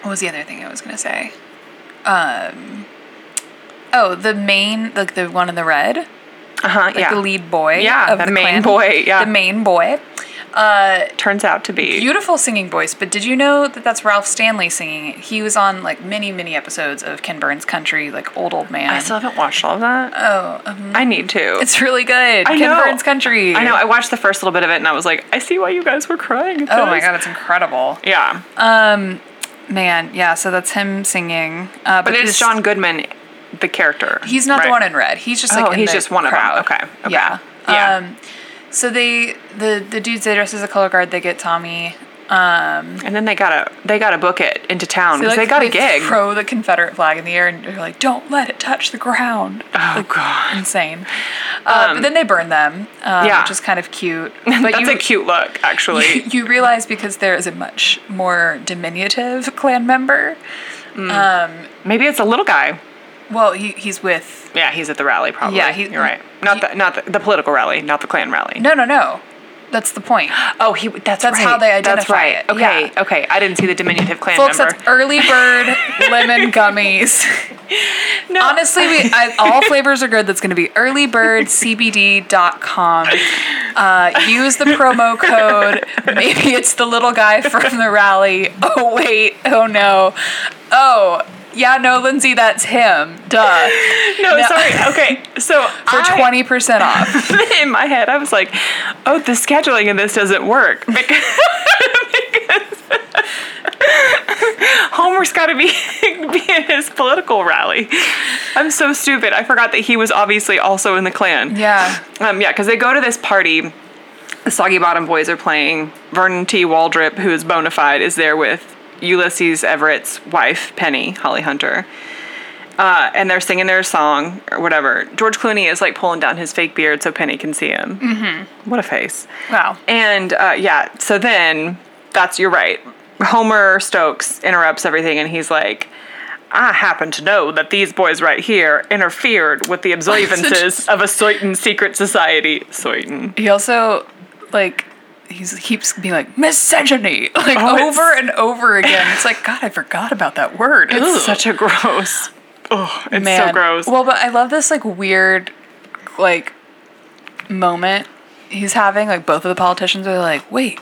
Speaker 2: what was the other thing I was gonna say? Um, oh, the main, like the one in the red.
Speaker 1: uh huh. Yeah.
Speaker 2: the lead boy.
Speaker 1: Yeah,
Speaker 2: of
Speaker 1: the
Speaker 2: the
Speaker 1: main
Speaker 2: clan.
Speaker 1: boy, yeah.
Speaker 2: the main boy. Uh,
Speaker 1: Turns out to be.
Speaker 2: beautiful singing voice. But did you know that that's Ralph Stanley singing? it? He was on like many, many episodes of Ken Burns' Country, like old old man.
Speaker 1: I still haven't watched all of that. Oh. I need to.
Speaker 2: um, it's really good.
Speaker 1: I
Speaker 2: Ken
Speaker 1: know.
Speaker 2: Burns' Country.
Speaker 1: I know. I watched the first little bit of it and I was like, I see why you guys were crying. at
Speaker 2: Oh my
Speaker 1: this.
Speaker 2: god, it's incredible.
Speaker 1: Yeah.
Speaker 2: Um, man, yeah. So that's him singing. Uh,
Speaker 1: but it's
Speaker 2: this-
Speaker 1: John Goodman, the character.
Speaker 2: He's not the
Speaker 1: right?
Speaker 2: one in red. He's just like
Speaker 1: Oh,
Speaker 2: in
Speaker 1: he's
Speaker 2: the
Speaker 1: just one of them.
Speaker 2: crowd.
Speaker 1: Okay, okay.
Speaker 2: Yeah.
Speaker 1: Yeah.
Speaker 2: Um, so they the the dudes they dress as a color guard. They get Tommy.
Speaker 1: And then they gotta they gotta book it into town because
Speaker 2: like,
Speaker 1: they got a gig.
Speaker 2: Throw the Confederate flag in the air and they're like, "Don't let it touch the ground."
Speaker 1: oh god,
Speaker 2: Insane. Uh, but then they burn them, um,
Speaker 1: yeah.
Speaker 2: which is kind of cute. But
Speaker 1: that's
Speaker 2: you,
Speaker 1: a cute look actually.
Speaker 2: You, realize because there is a much more diminutive clan member.
Speaker 1: Maybe it's a little guy.
Speaker 2: Well, he, he's with
Speaker 1: Yeah, he's at the rally probably.
Speaker 2: Yeah, he-
Speaker 1: you're right. Not
Speaker 2: he-
Speaker 1: the not the, the political rally, not the Klan rally.
Speaker 2: no, no, no. That's the point,
Speaker 1: Oh, he. That's
Speaker 2: That's
Speaker 1: right.
Speaker 2: how they
Speaker 1: That's
Speaker 2: identify
Speaker 1: right.
Speaker 2: it,
Speaker 1: Okay, okay. I didn't see the diminutive Klan
Speaker 2: folks.
Speaker 1: member.
Speaker 2: That's early bird lemon gummies.
Speaker 1: no,
Speaker 2: Honestly, we, I, all flavors are good. That's going to be earlybirdcbd.com. Uh, use the promo code. Maybe it's the little guy from the rally. Oh, wait. Oh, no. Oh, yeah, no, Lindsay, that's him. Duh.
Speaker 1: no,
Speaker 2: no.
Speaker 1: sorry. Okay, so
Speaker 2: For
Speaker 1: I-
Speaker 2: 20% off.
Speaker 1: in my head, I was like, oh, the scheduling in this doesn't work. Because, Homer's got to be, be in his political rally. I'm so stupid. I forgot that he was obviously also in the Klan.
Speaker 2: Yeah.
Speaker 1: Um, yeah, because they go to this party. The Soggy Bottom Boys are playing. Vernon T. Waldrip, who is bona fide, is there with Ulysses Everett's wife, Penny, Holly Hunter. Uh, and they're singing their song or whatever. George Clooney is like pulling down his fake beard so Penny can see him. Mm-hmm. What a face.
Speaker 2: Wow.
Speaker 1: And uh, yeah, so then that's, you're right. Homer Stokes interrupts everything and he's like, I happen to know that these boys right here interfered with the observances of a certain secret society. Certain.
Speaker 2: He also, like, he's, he keeps being like, misogyny, like,
Speaker 1: Oh, it's-
Speaker 2: over and over again. It's like, God, I forgot about that word. It's
Speaker 1: It's
Speaker 2: such
Speaker 1: such a gross. Oh, it's so
Speaker 2: Man.
Speaker 1: gross.
Speaker 2: Well, but I love this like weird, like moment he's having. Like both of the politicians are like, wait,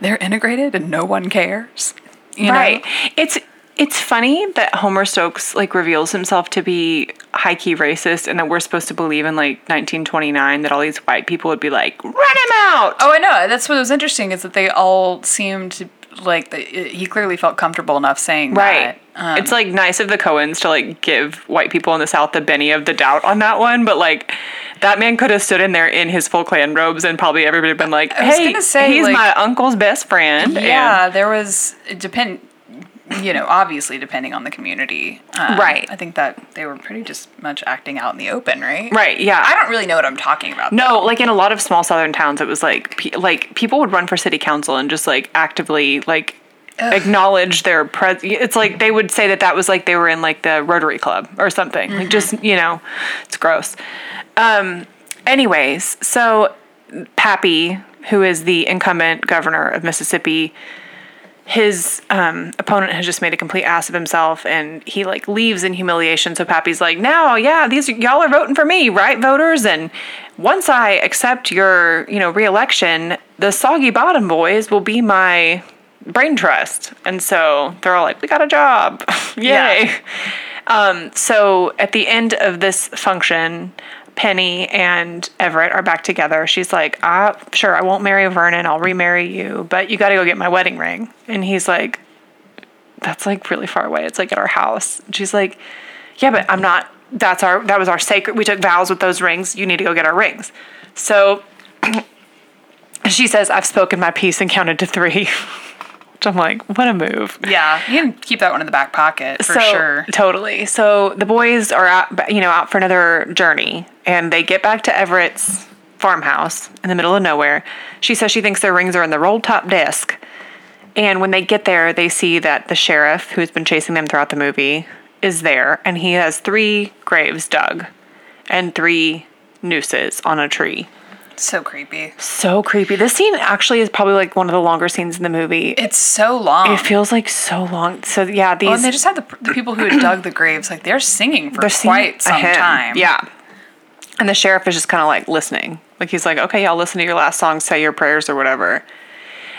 Speaker 2: they're integrated and no one cares. You
Speaker 1: right.
Speaker 2: Know?
Speaker 1: It's it's funny that Homer Stokes like reveals himself to be high key racist, and that we're supposed to believe in like 1929 that all these white people would be like, "Run him out!"
Speaker 2: Oh, I know. That's what was interesting is that they all seemed to like that uh, he clearly felt comfortable enough saying
Speaker 1: Right.
Speaker 2: that. Um,
Speaker 1: it's like nice of the Cohens to like give white people in the South the benny of the doubt on that one, but like that man could have stood in there in his full clan robes and probably everybody been like,
Speaker 2: was
Speaker 1: "Hey,
Speaker 2: gonna say,
Speaker 1: he's
Speaker 2: like-
Speaker 1: my uncle's best friend." and-
Speaker 2: yeah, there was it depend. You know, obviously, depending on the community, Um,
Speaker 1: Right.
Speaker 2: I think that they were pretty just much acting out in the open, right?
Speaker 1: Right. Yeah.
Speaker 2: I don't really know what I'm talking about.
Speaker 1: No, like in a lot of small southern towns, it was like pe- like people would run for city council and just like actively like acknowledge their pres. It's like they would say that that was like they were in like the Rotary Club or something.
Speaker 2: Mm-hmm.
Speaker 1: Like just you know, it's gross. Um, anyways, so Pappy, who is the incumbent governor of Mississippi, his um, opponent has just made a complete ass of himself and he like leaves in humiliation so pappy's like now yeah these y'all are voting for me right voters and once i accept your you know reelection the soggy bottom boys will be my brain trust and so they're all like we got a job yay um, so at the end of this function, Penny and Everett are back together. She's like, ah, sure, I won't marry Vernon. I'll remarry you, but you got to go get my wedding ring. And he's like, that's like really far away. It's like at our house. And she's like, yeah, but I'm not, that's our, that was our sacred, we took vows with those rings. You need to go get our rings. So She says, I've spoken my piece and counted to three. Which I'm like, what a move.
Speaker 2: Yeah, you can keep that one in the back pocket for
Speaker 1: so,
Speaker 2: sure.
Speaker 1: Totally. So the boys are out, you know, out for another journey, and they get back to Everett's farmhouse in the middle of nowhere. She says she thinks their rings are in the roll top desk, and when they get there, they see that the sheriff, who's been chasing them throughout the movie, is there, and he has three graves dug, and three nooses on a tree.
Speaker 2: So creepy.
Speaker 1: So creepy. This scene actually is probably like one of the longer scenes in the movie. It,
Speaker 2: It's so long.
Speaker 1: feels like so long. So yeah, these
Speaker 2: Well, and they just had the, the people who had dug the graves like they're singing for
Speaker 1: They're singing
Speaker 2: quite some
Speaker 1: a hymn.
Speaker 2: time.
Speaker 1: Yeah. And the sheriff is just kind of like listening. Like he's like, okay, y'all listen to your last song, say your prayers or whatever.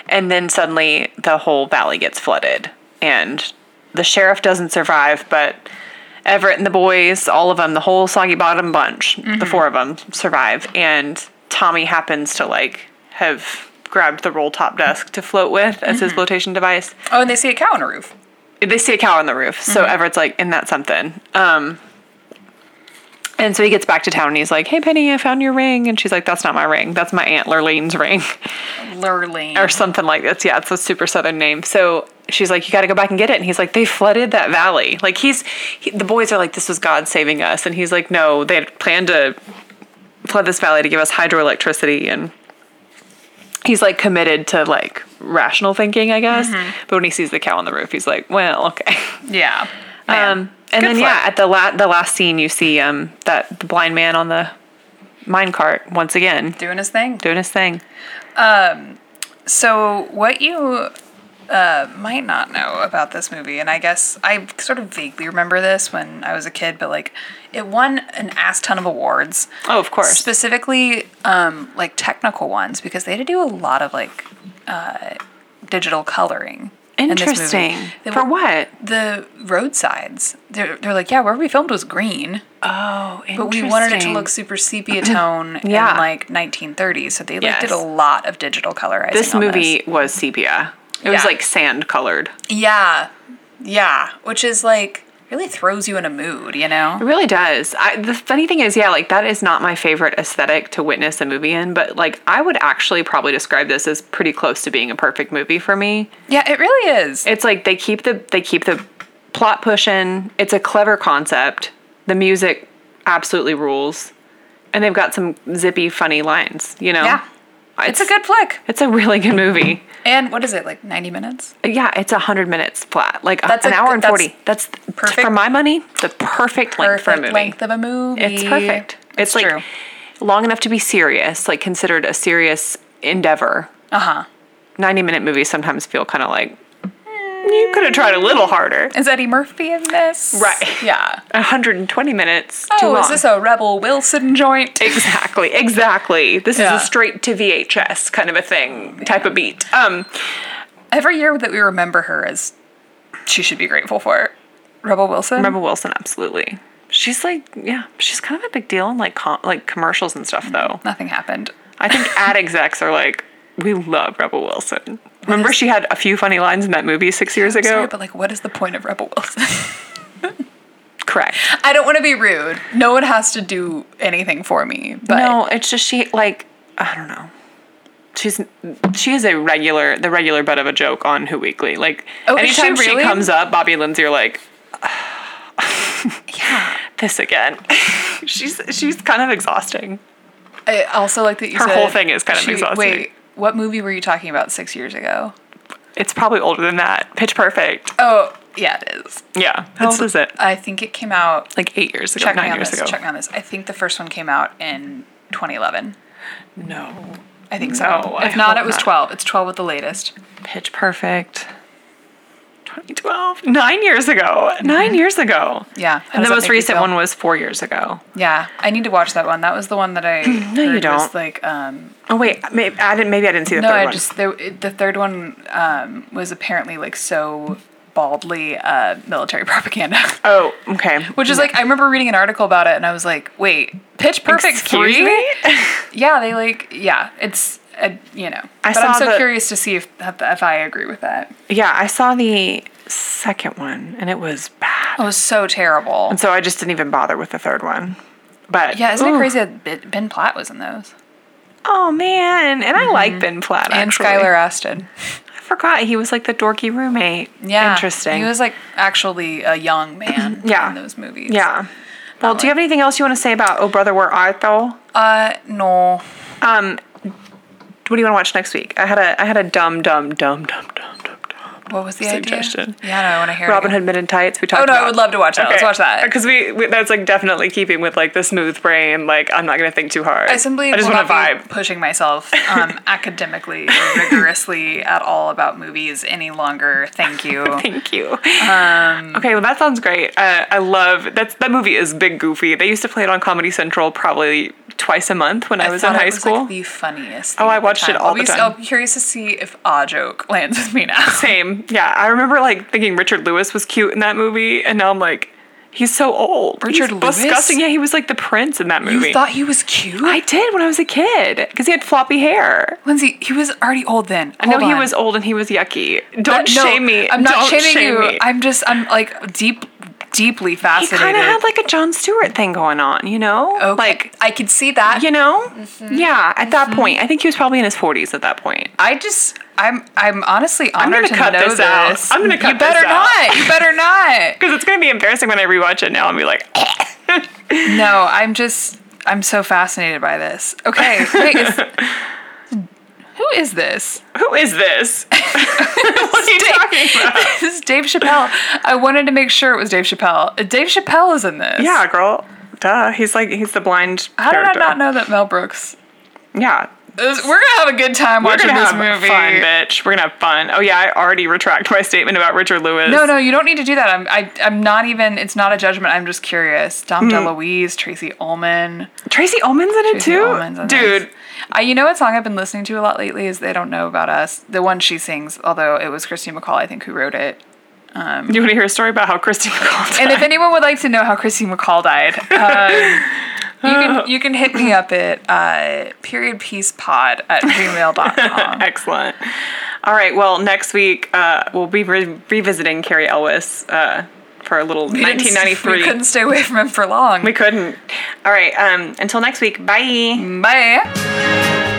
Speaker 1: And then suddenly the whole valley gets flooded. And the sheriff doesn't survive, but Everett and the boys, all of them, the whole Soggy Bottom bunch,
Speaker 2: Mm-hmm.
Speaker 1: the four of them survive. And Tommy happens to like have grabbed the roll top desk to float with as
Speaker 2: Mm-hmm.
Speaker 1: his flotation device
Speaker 2: Oh, and they see a cow on a roof.
Speaker 1: they see a cow on the roof. So Everett's like, and that's something. Um, and so he gets back to town and he's like, hey, Penny, I found your ring. And she's like, that's not my ring. That's my Aunt Lurlene's ring
Speaker 2: Lurling.
Speaker 1: or something like this. Yeah, it's a super southern name. So she's like, you got to go back and get it. And he's like, they flooded that valley. Like he's, he, the boys are like, this was God saving us. And he's like, no, they had planned to flood this valley to give us hydroelectricity. And he's like committed to like rational thinking, I guess. But when he sees the cow on the roof, he's like, well, okay.
Speaker 2: Yeah.
Speaker 1: Um,
Speaker 2: Man.
Speaker 1: and
Speaker 2: Good
Speaker 1: then
Speaker 2: for
Speaker 1: yeah,
Speaker 2: him.
Speaker 1: at the la- the last scene, you see um, that the blind man on the mine cart once again
Speaker 2: doing his thing.
Speaker 1: doing his thing.
Speaker 2: So, what you uh, might not know about this movie, and I guess I sort of vaguely remember this when I was a kid, but like it won an ass ton of awards,
Speaker 1: Oh, of course.
Speaker 2: specifically um, like technical ones, because they had to do a lot of like uh, digital coloring. in this movie.
Speaker 1: Interesting.
Speaker 2: They
Speaker 1: For
Speaker 2: were-
Speaker 1: what?
Speaker 2: The roadsides. They're, they're like, yeah, wherever we filmed was green,
Speaker 1: Oh, interesting.
Speaker 2: but we wanted it to look super sepia tone
Speaker 1: Yeah.
Speaker 2: in like 1930s. So they like
Speaker 1: Yes.
Speaker 2: did a lot of digital colorizing.
Speaker 1: This
Speaker 2: on
Speaker 1: movie was sepia. It was
Speaker 2: Yeah.
Speaker 1: like sand colored.
Speaker 2: Yeah. Yeah. Which is like really throws you in a mood, you
Speaker 1: It
Speaker 2: know?
Speaker 1: really does. I, the funny thing is, yeah, like that is not my favorite aesthetic to witness a movie in, but like I would actually probably describe this as pretty close to being a perfect movie for me.
Speaker 2: Yeah, it really is.
Speaker 1: it's like they keep the they keep the plot pushing. It's a clever concept. The music absolutely rules, and they've got some zippy, funny lines. You know,
Speaker 2: Yeah.
Speaker 1: it's,
Speaker 2: It's a good flick.
Speaker 1: it's a really good movie.
Speaker 2: And what is it, like 90 minutes?
Speaker 1: Yeah, it's a hundred minutes flat, like
Speaker 2: That's
Speaker 1: an
Speaker 2: a
Speaker 1: hour
Speaker 2: good-
Speaker 1: and
Speaker 2: that's
Speaker 1: forty. That's perfect
Speaker 2: perfect-
Speaker 1: for my money. The perfect, length for a movie.
Speaker 2: length of a movie.
Speaker 1: It's perfect. It's, like
Speaker 2: true.
Speaker 1: long enough to be serious, like considered a serious endeavor.
Speaker 2: Uh huh.
Speaker 1: 90 minute movies sometimes feel kind of like "Mm, you could have tried a little harder.
Speaker 2: Is Eddie Murphy in this?
Speaker 1: Right.
Speaker 2: Yeah.
Speaker 1: 120 minutes. Too
Speaker 2: Oh,
Speaker 1: long.
Speaker 2: is this a Rebel Wilson joint?
Speaker 1: exactly? Exactly. This
Speaker 2: Yeah.
Speaker 1: is a straight to VHS kind of a thing, type of beat. Um,
Speaker 2: Every year that we remember her as she should be grateful for it. Rebel Wilson?
Speaker 1: Rebel Wilson, absolutely. She's like, yeah, she's kind of a big deal in like com- like commercials and stuff, though.
Speaker 2: Nothing happened.
Speaker 1: I think ad execs are like, we love Rebel Wilson. Remember, she had a few funny lines in that movie six years ago.
Speaker 2: Sorry, but like, what is the point of Rebel Wilson?
Speaker 1: Correct.
Speaker 2: I don't want to be rude. No one has to do anything for me. But
Speaker 1: no, it's just she like I don't know. She's she is a regular the regular butt of a joke on Who Weekly. Like
Speaker 2: Oh, is she
Speaker 1: anytime she,
Speaker 2: really?
Speaker 1: comes up, Bobby and Lindsay are like this again. she's she's kind of exhausting.
Speaker 2: I also like that you
Speaker 1: Her
Speaker 2: said
Speaker 1: whole thing is kind of exhausting.
Speaker 2: Wait, what movie were you talking about six years ago?
Speaker 1: It's probably older than that. Pitch Perfect.
Speaker 2: Oh, yeah, it is.
Speaker 1: Yeah. How old is it?
Speaker 2: I think it came out.
Speaker 1: Like eight years ago,
Speaker 2: Check me
Speaker 1: nine
Speaker 2: on
Speaker 1: years
Speaker 2: this.
Speaker 1: ago.
Speaker 2: Check me on this. I think the first one came out in 2011.
Speaker 1: No.
Speaker 2: I think
Speaker 1: No,
Speaker 2: so.
Speaker 1: I
Speaker 2: If not,
Speaker 1: hope
Speaker 2: it was
Speaker 1: not.
Speaker 2: 12. It's 12 with the latest.
Speaker 1: Pitch Perfect. 2012. Nine years ago. 9 years ago.
Speaker 2: Yeah. How
Speaker 1: And
Speaker 2: does
Speaker 1: the
Speaker 2: that
Speaker 1: most
Speaker 2: make you
Speaker 1: recent
Speaker 2: feel?
Speaker 1: one was four years ago.
Speaker 2: Yeah, I need to watch that one. That was the one that I. no,
Speaker 1: you don't.
Speaker 2: Was like, um,
Speaker 1: Oh wait, maybe I didn't. Maybe I didn't see the
Speaker 2: no,
Speaker 1: third
Speaker 2: I
Speaker 1: one.
Speaker 2: just there, it- the third one um, was apparently like so baldly uh, military propaganda.
Speaker 1: oh, okay.
Speaker 2: Which is like I remember reading an article about it and I was like, wait, Pitch Perfect
Speaker 1: Excuse
Speaker 2: three?
Speaker 1: me?
Speaker 2: Yeah, they like yeah, it's uh you know.
Speaker 1: I
Speaker 2: but I'm
Speaker 1: saw
Speaker 2: so
Speaker 1: the-
Speaker 2: curious to see if if I agree with that.
Speaker 1: yeah, I saw the second one and it was bad,
Speaker 2: It was so terrible.
Speaker 1: so I just didn't even bother with the third one. But
Speaker 2: Yeah, isn't
Speaker 1: Ooh,
Speaker 2: it crazy that Ben- Ben Platt was in those?
Speaker 1: Oh man, and I like Ben Platt.
Speaker 2: Mm-hmm. and
Speaker 1: Actually.
Speaker 2: Skylar Aston.
Speaker 1: I forgot he was like the dorky roommate.
Speaker 2: Yeah,
Speaker 1: interesting.
Speaker 2: He was like actually a young man.
Speaker 1: Yeah.
Speaker 2: in those movies.
Speaker 1: yeah. Well, do you have anything else you want to say about Oh Brother Where Art Thou?
Speaker 2: Uh, no.
Speaker 1: What do you want to watch next week? I had a I had a dumb dumb dumb dumb dumb dumb dumb.
Speaker 2: What was the
Speaker 1: Suggestion.
Speaker 2: idea? Yeah, no, I want to hear. it
Speaker 1: Robin
Speaker 2: again.
Speaker 1: Hood Men in Tights. We talked.
Speaker 2: Oh no,
Speaker 1: about.
Speaker 2: I would love to watch that. Let's watch that.
Speaker 1: because we, we that's like definitely keeping with like the smooth brain. Like I'm not gonna think too hard.
Speaker 2: I simply
Speaker 1: I just
Speaker 2: will
Speaker 1: want to
Speaker 2: not be
Speaker 1: vibe.
Speaker 2: pushing myself um, academically or rigorously at all about movies any longer. Thank you.
Speaker 1: Thank you.
Speaker 2: Um,
Speaker 1: okay, well that sounds great. Uh, I love that's that movie is big goofy. They used to play it on Comedy Central probably twice a month when I, was in
Speaker 2: thought it
Speaker 1: high
Speaker 2: like,
Speaker 1: school. Oh,
Speaker 2: the funniest.
Speaker 1: I watched it all
Speaker 2: I'll
Speaker 1: the
Speaker 2: be,
Speaker 1: time.
Speaker 2: I'll be curious to see if a joke lands with me now.
Speaker 1: Same. Yeah, I remember like thinking Richard Lewis was cute in that movie, and now I'm like, he's so old.
Speaker 2: Richard
Speaker 1: He's
Speaker 2: Lewis?
Speaker 1: Disgusting. Yeah, he was like the prince in that movie.
Speaker 2: You thought he was cute,
Speaker 1: I did when I was a kid because he had floppy hair.
Speaker 2: Lindsay? He was already old then.
Speaker 1: I know he was old and he was yucky.
Speaker 2: Uh,
Speaker 1: Don't
Speaker 2: no,
Speaker 1: shame me.
Speaker 2: I'm not
Speaker 1: Don't
Speaker 2: shaming
Speaker 1: shame
Speaker 2: you.
Speaker 1: me.
Speaker 2: I'm just I'm like deep, deeply
Speaker 1: he
Speaker 2: fascinated.
Speaker 1: kind of had like a John Stewart thing going on, you know?
Speaker 2: okay.
Speaker 1: Like,
Speaker 2: I could see that.
Speaker 1: you know?
Speaker 2: Mm-hmm.
Speaker 1: Yeah, at that point. I think he was probably in his 40s at that point.
Speaker 2: I just I'm I'm honestly honored
Speaker 1: gonna
Speaker 2: to
Speaker 1: cut
Speaker 2: know
Speaker 1: this out. I'm gonna cut
Speaker 2: You better
Speaker 1: this out.
Speaker 2: not. You better not.
Speaker 1: Because it's going to be embarrassing when I rewatch it now and be like,
Speaker 2: No, I'm just I'm so fascinated by this. Okay, wait, is, who is this?
Speaker 1: who is this? what are you talking about?
Speaker 2: This is Dave Chappelle. I wanted to make sure it was Dave Chappelle. Dave Chappelle is in this.
Speaker 1: Yeah, girl. Duh. He's like, he's the blind
Speaker 2: How did I
Speaker 1: character.
Speaker 2: not know that Mel Brooks?
Speaker 1: Yeah.
Speaker 2: This- we're gonna have a good time
Speaker 1: We're
Speaker 2: watching
Speaker 1: gonna
Speaker 2: this
Speaker 1: have
Speaker 2: movie.
Speaker 1: fun, bitch. We're gonna have fun. Oh yeah, I already retract my statement about Richard Lewis.
Speaker 2: No, no, you don't need to do that. I'm, I, I'm not even. It's not a judgment. I'm just curious.
Speaker 1: Hmm.
Speaker 2: Dom DeLuise, Tracy Ullman,
Speaker 1: Tracy Ullman's in it
Speaker 2: Tracy
Speaker 1: too,
Speaker 2: Ullman's in
Speaker 1: dude.
Speaker 2: this. I, you know what song I've been listening to a lot lately is "They Don't Know About Us." The one she sings, although it was Christy McCall, I think, who wrote it.
Speaker 1: You want to hear a story about how Christy McCall?
Speaker 2: And if anyone would like to know how Christy McCall died, um, you can you can hit me up at uh, periodpeacepod at gmail.com.
Speaker 1: Excellent. All right. Well, next week uh, we'll be re- revisiting Carrie Elwes uh, for a little
Speaker 2: We
Speaker 1: 1993.
Speaker 2: couldn't stay away from him for long.
Speaker 1: We couldn't. All right. Um, until next week. Bye.
Speaker 2: Bye.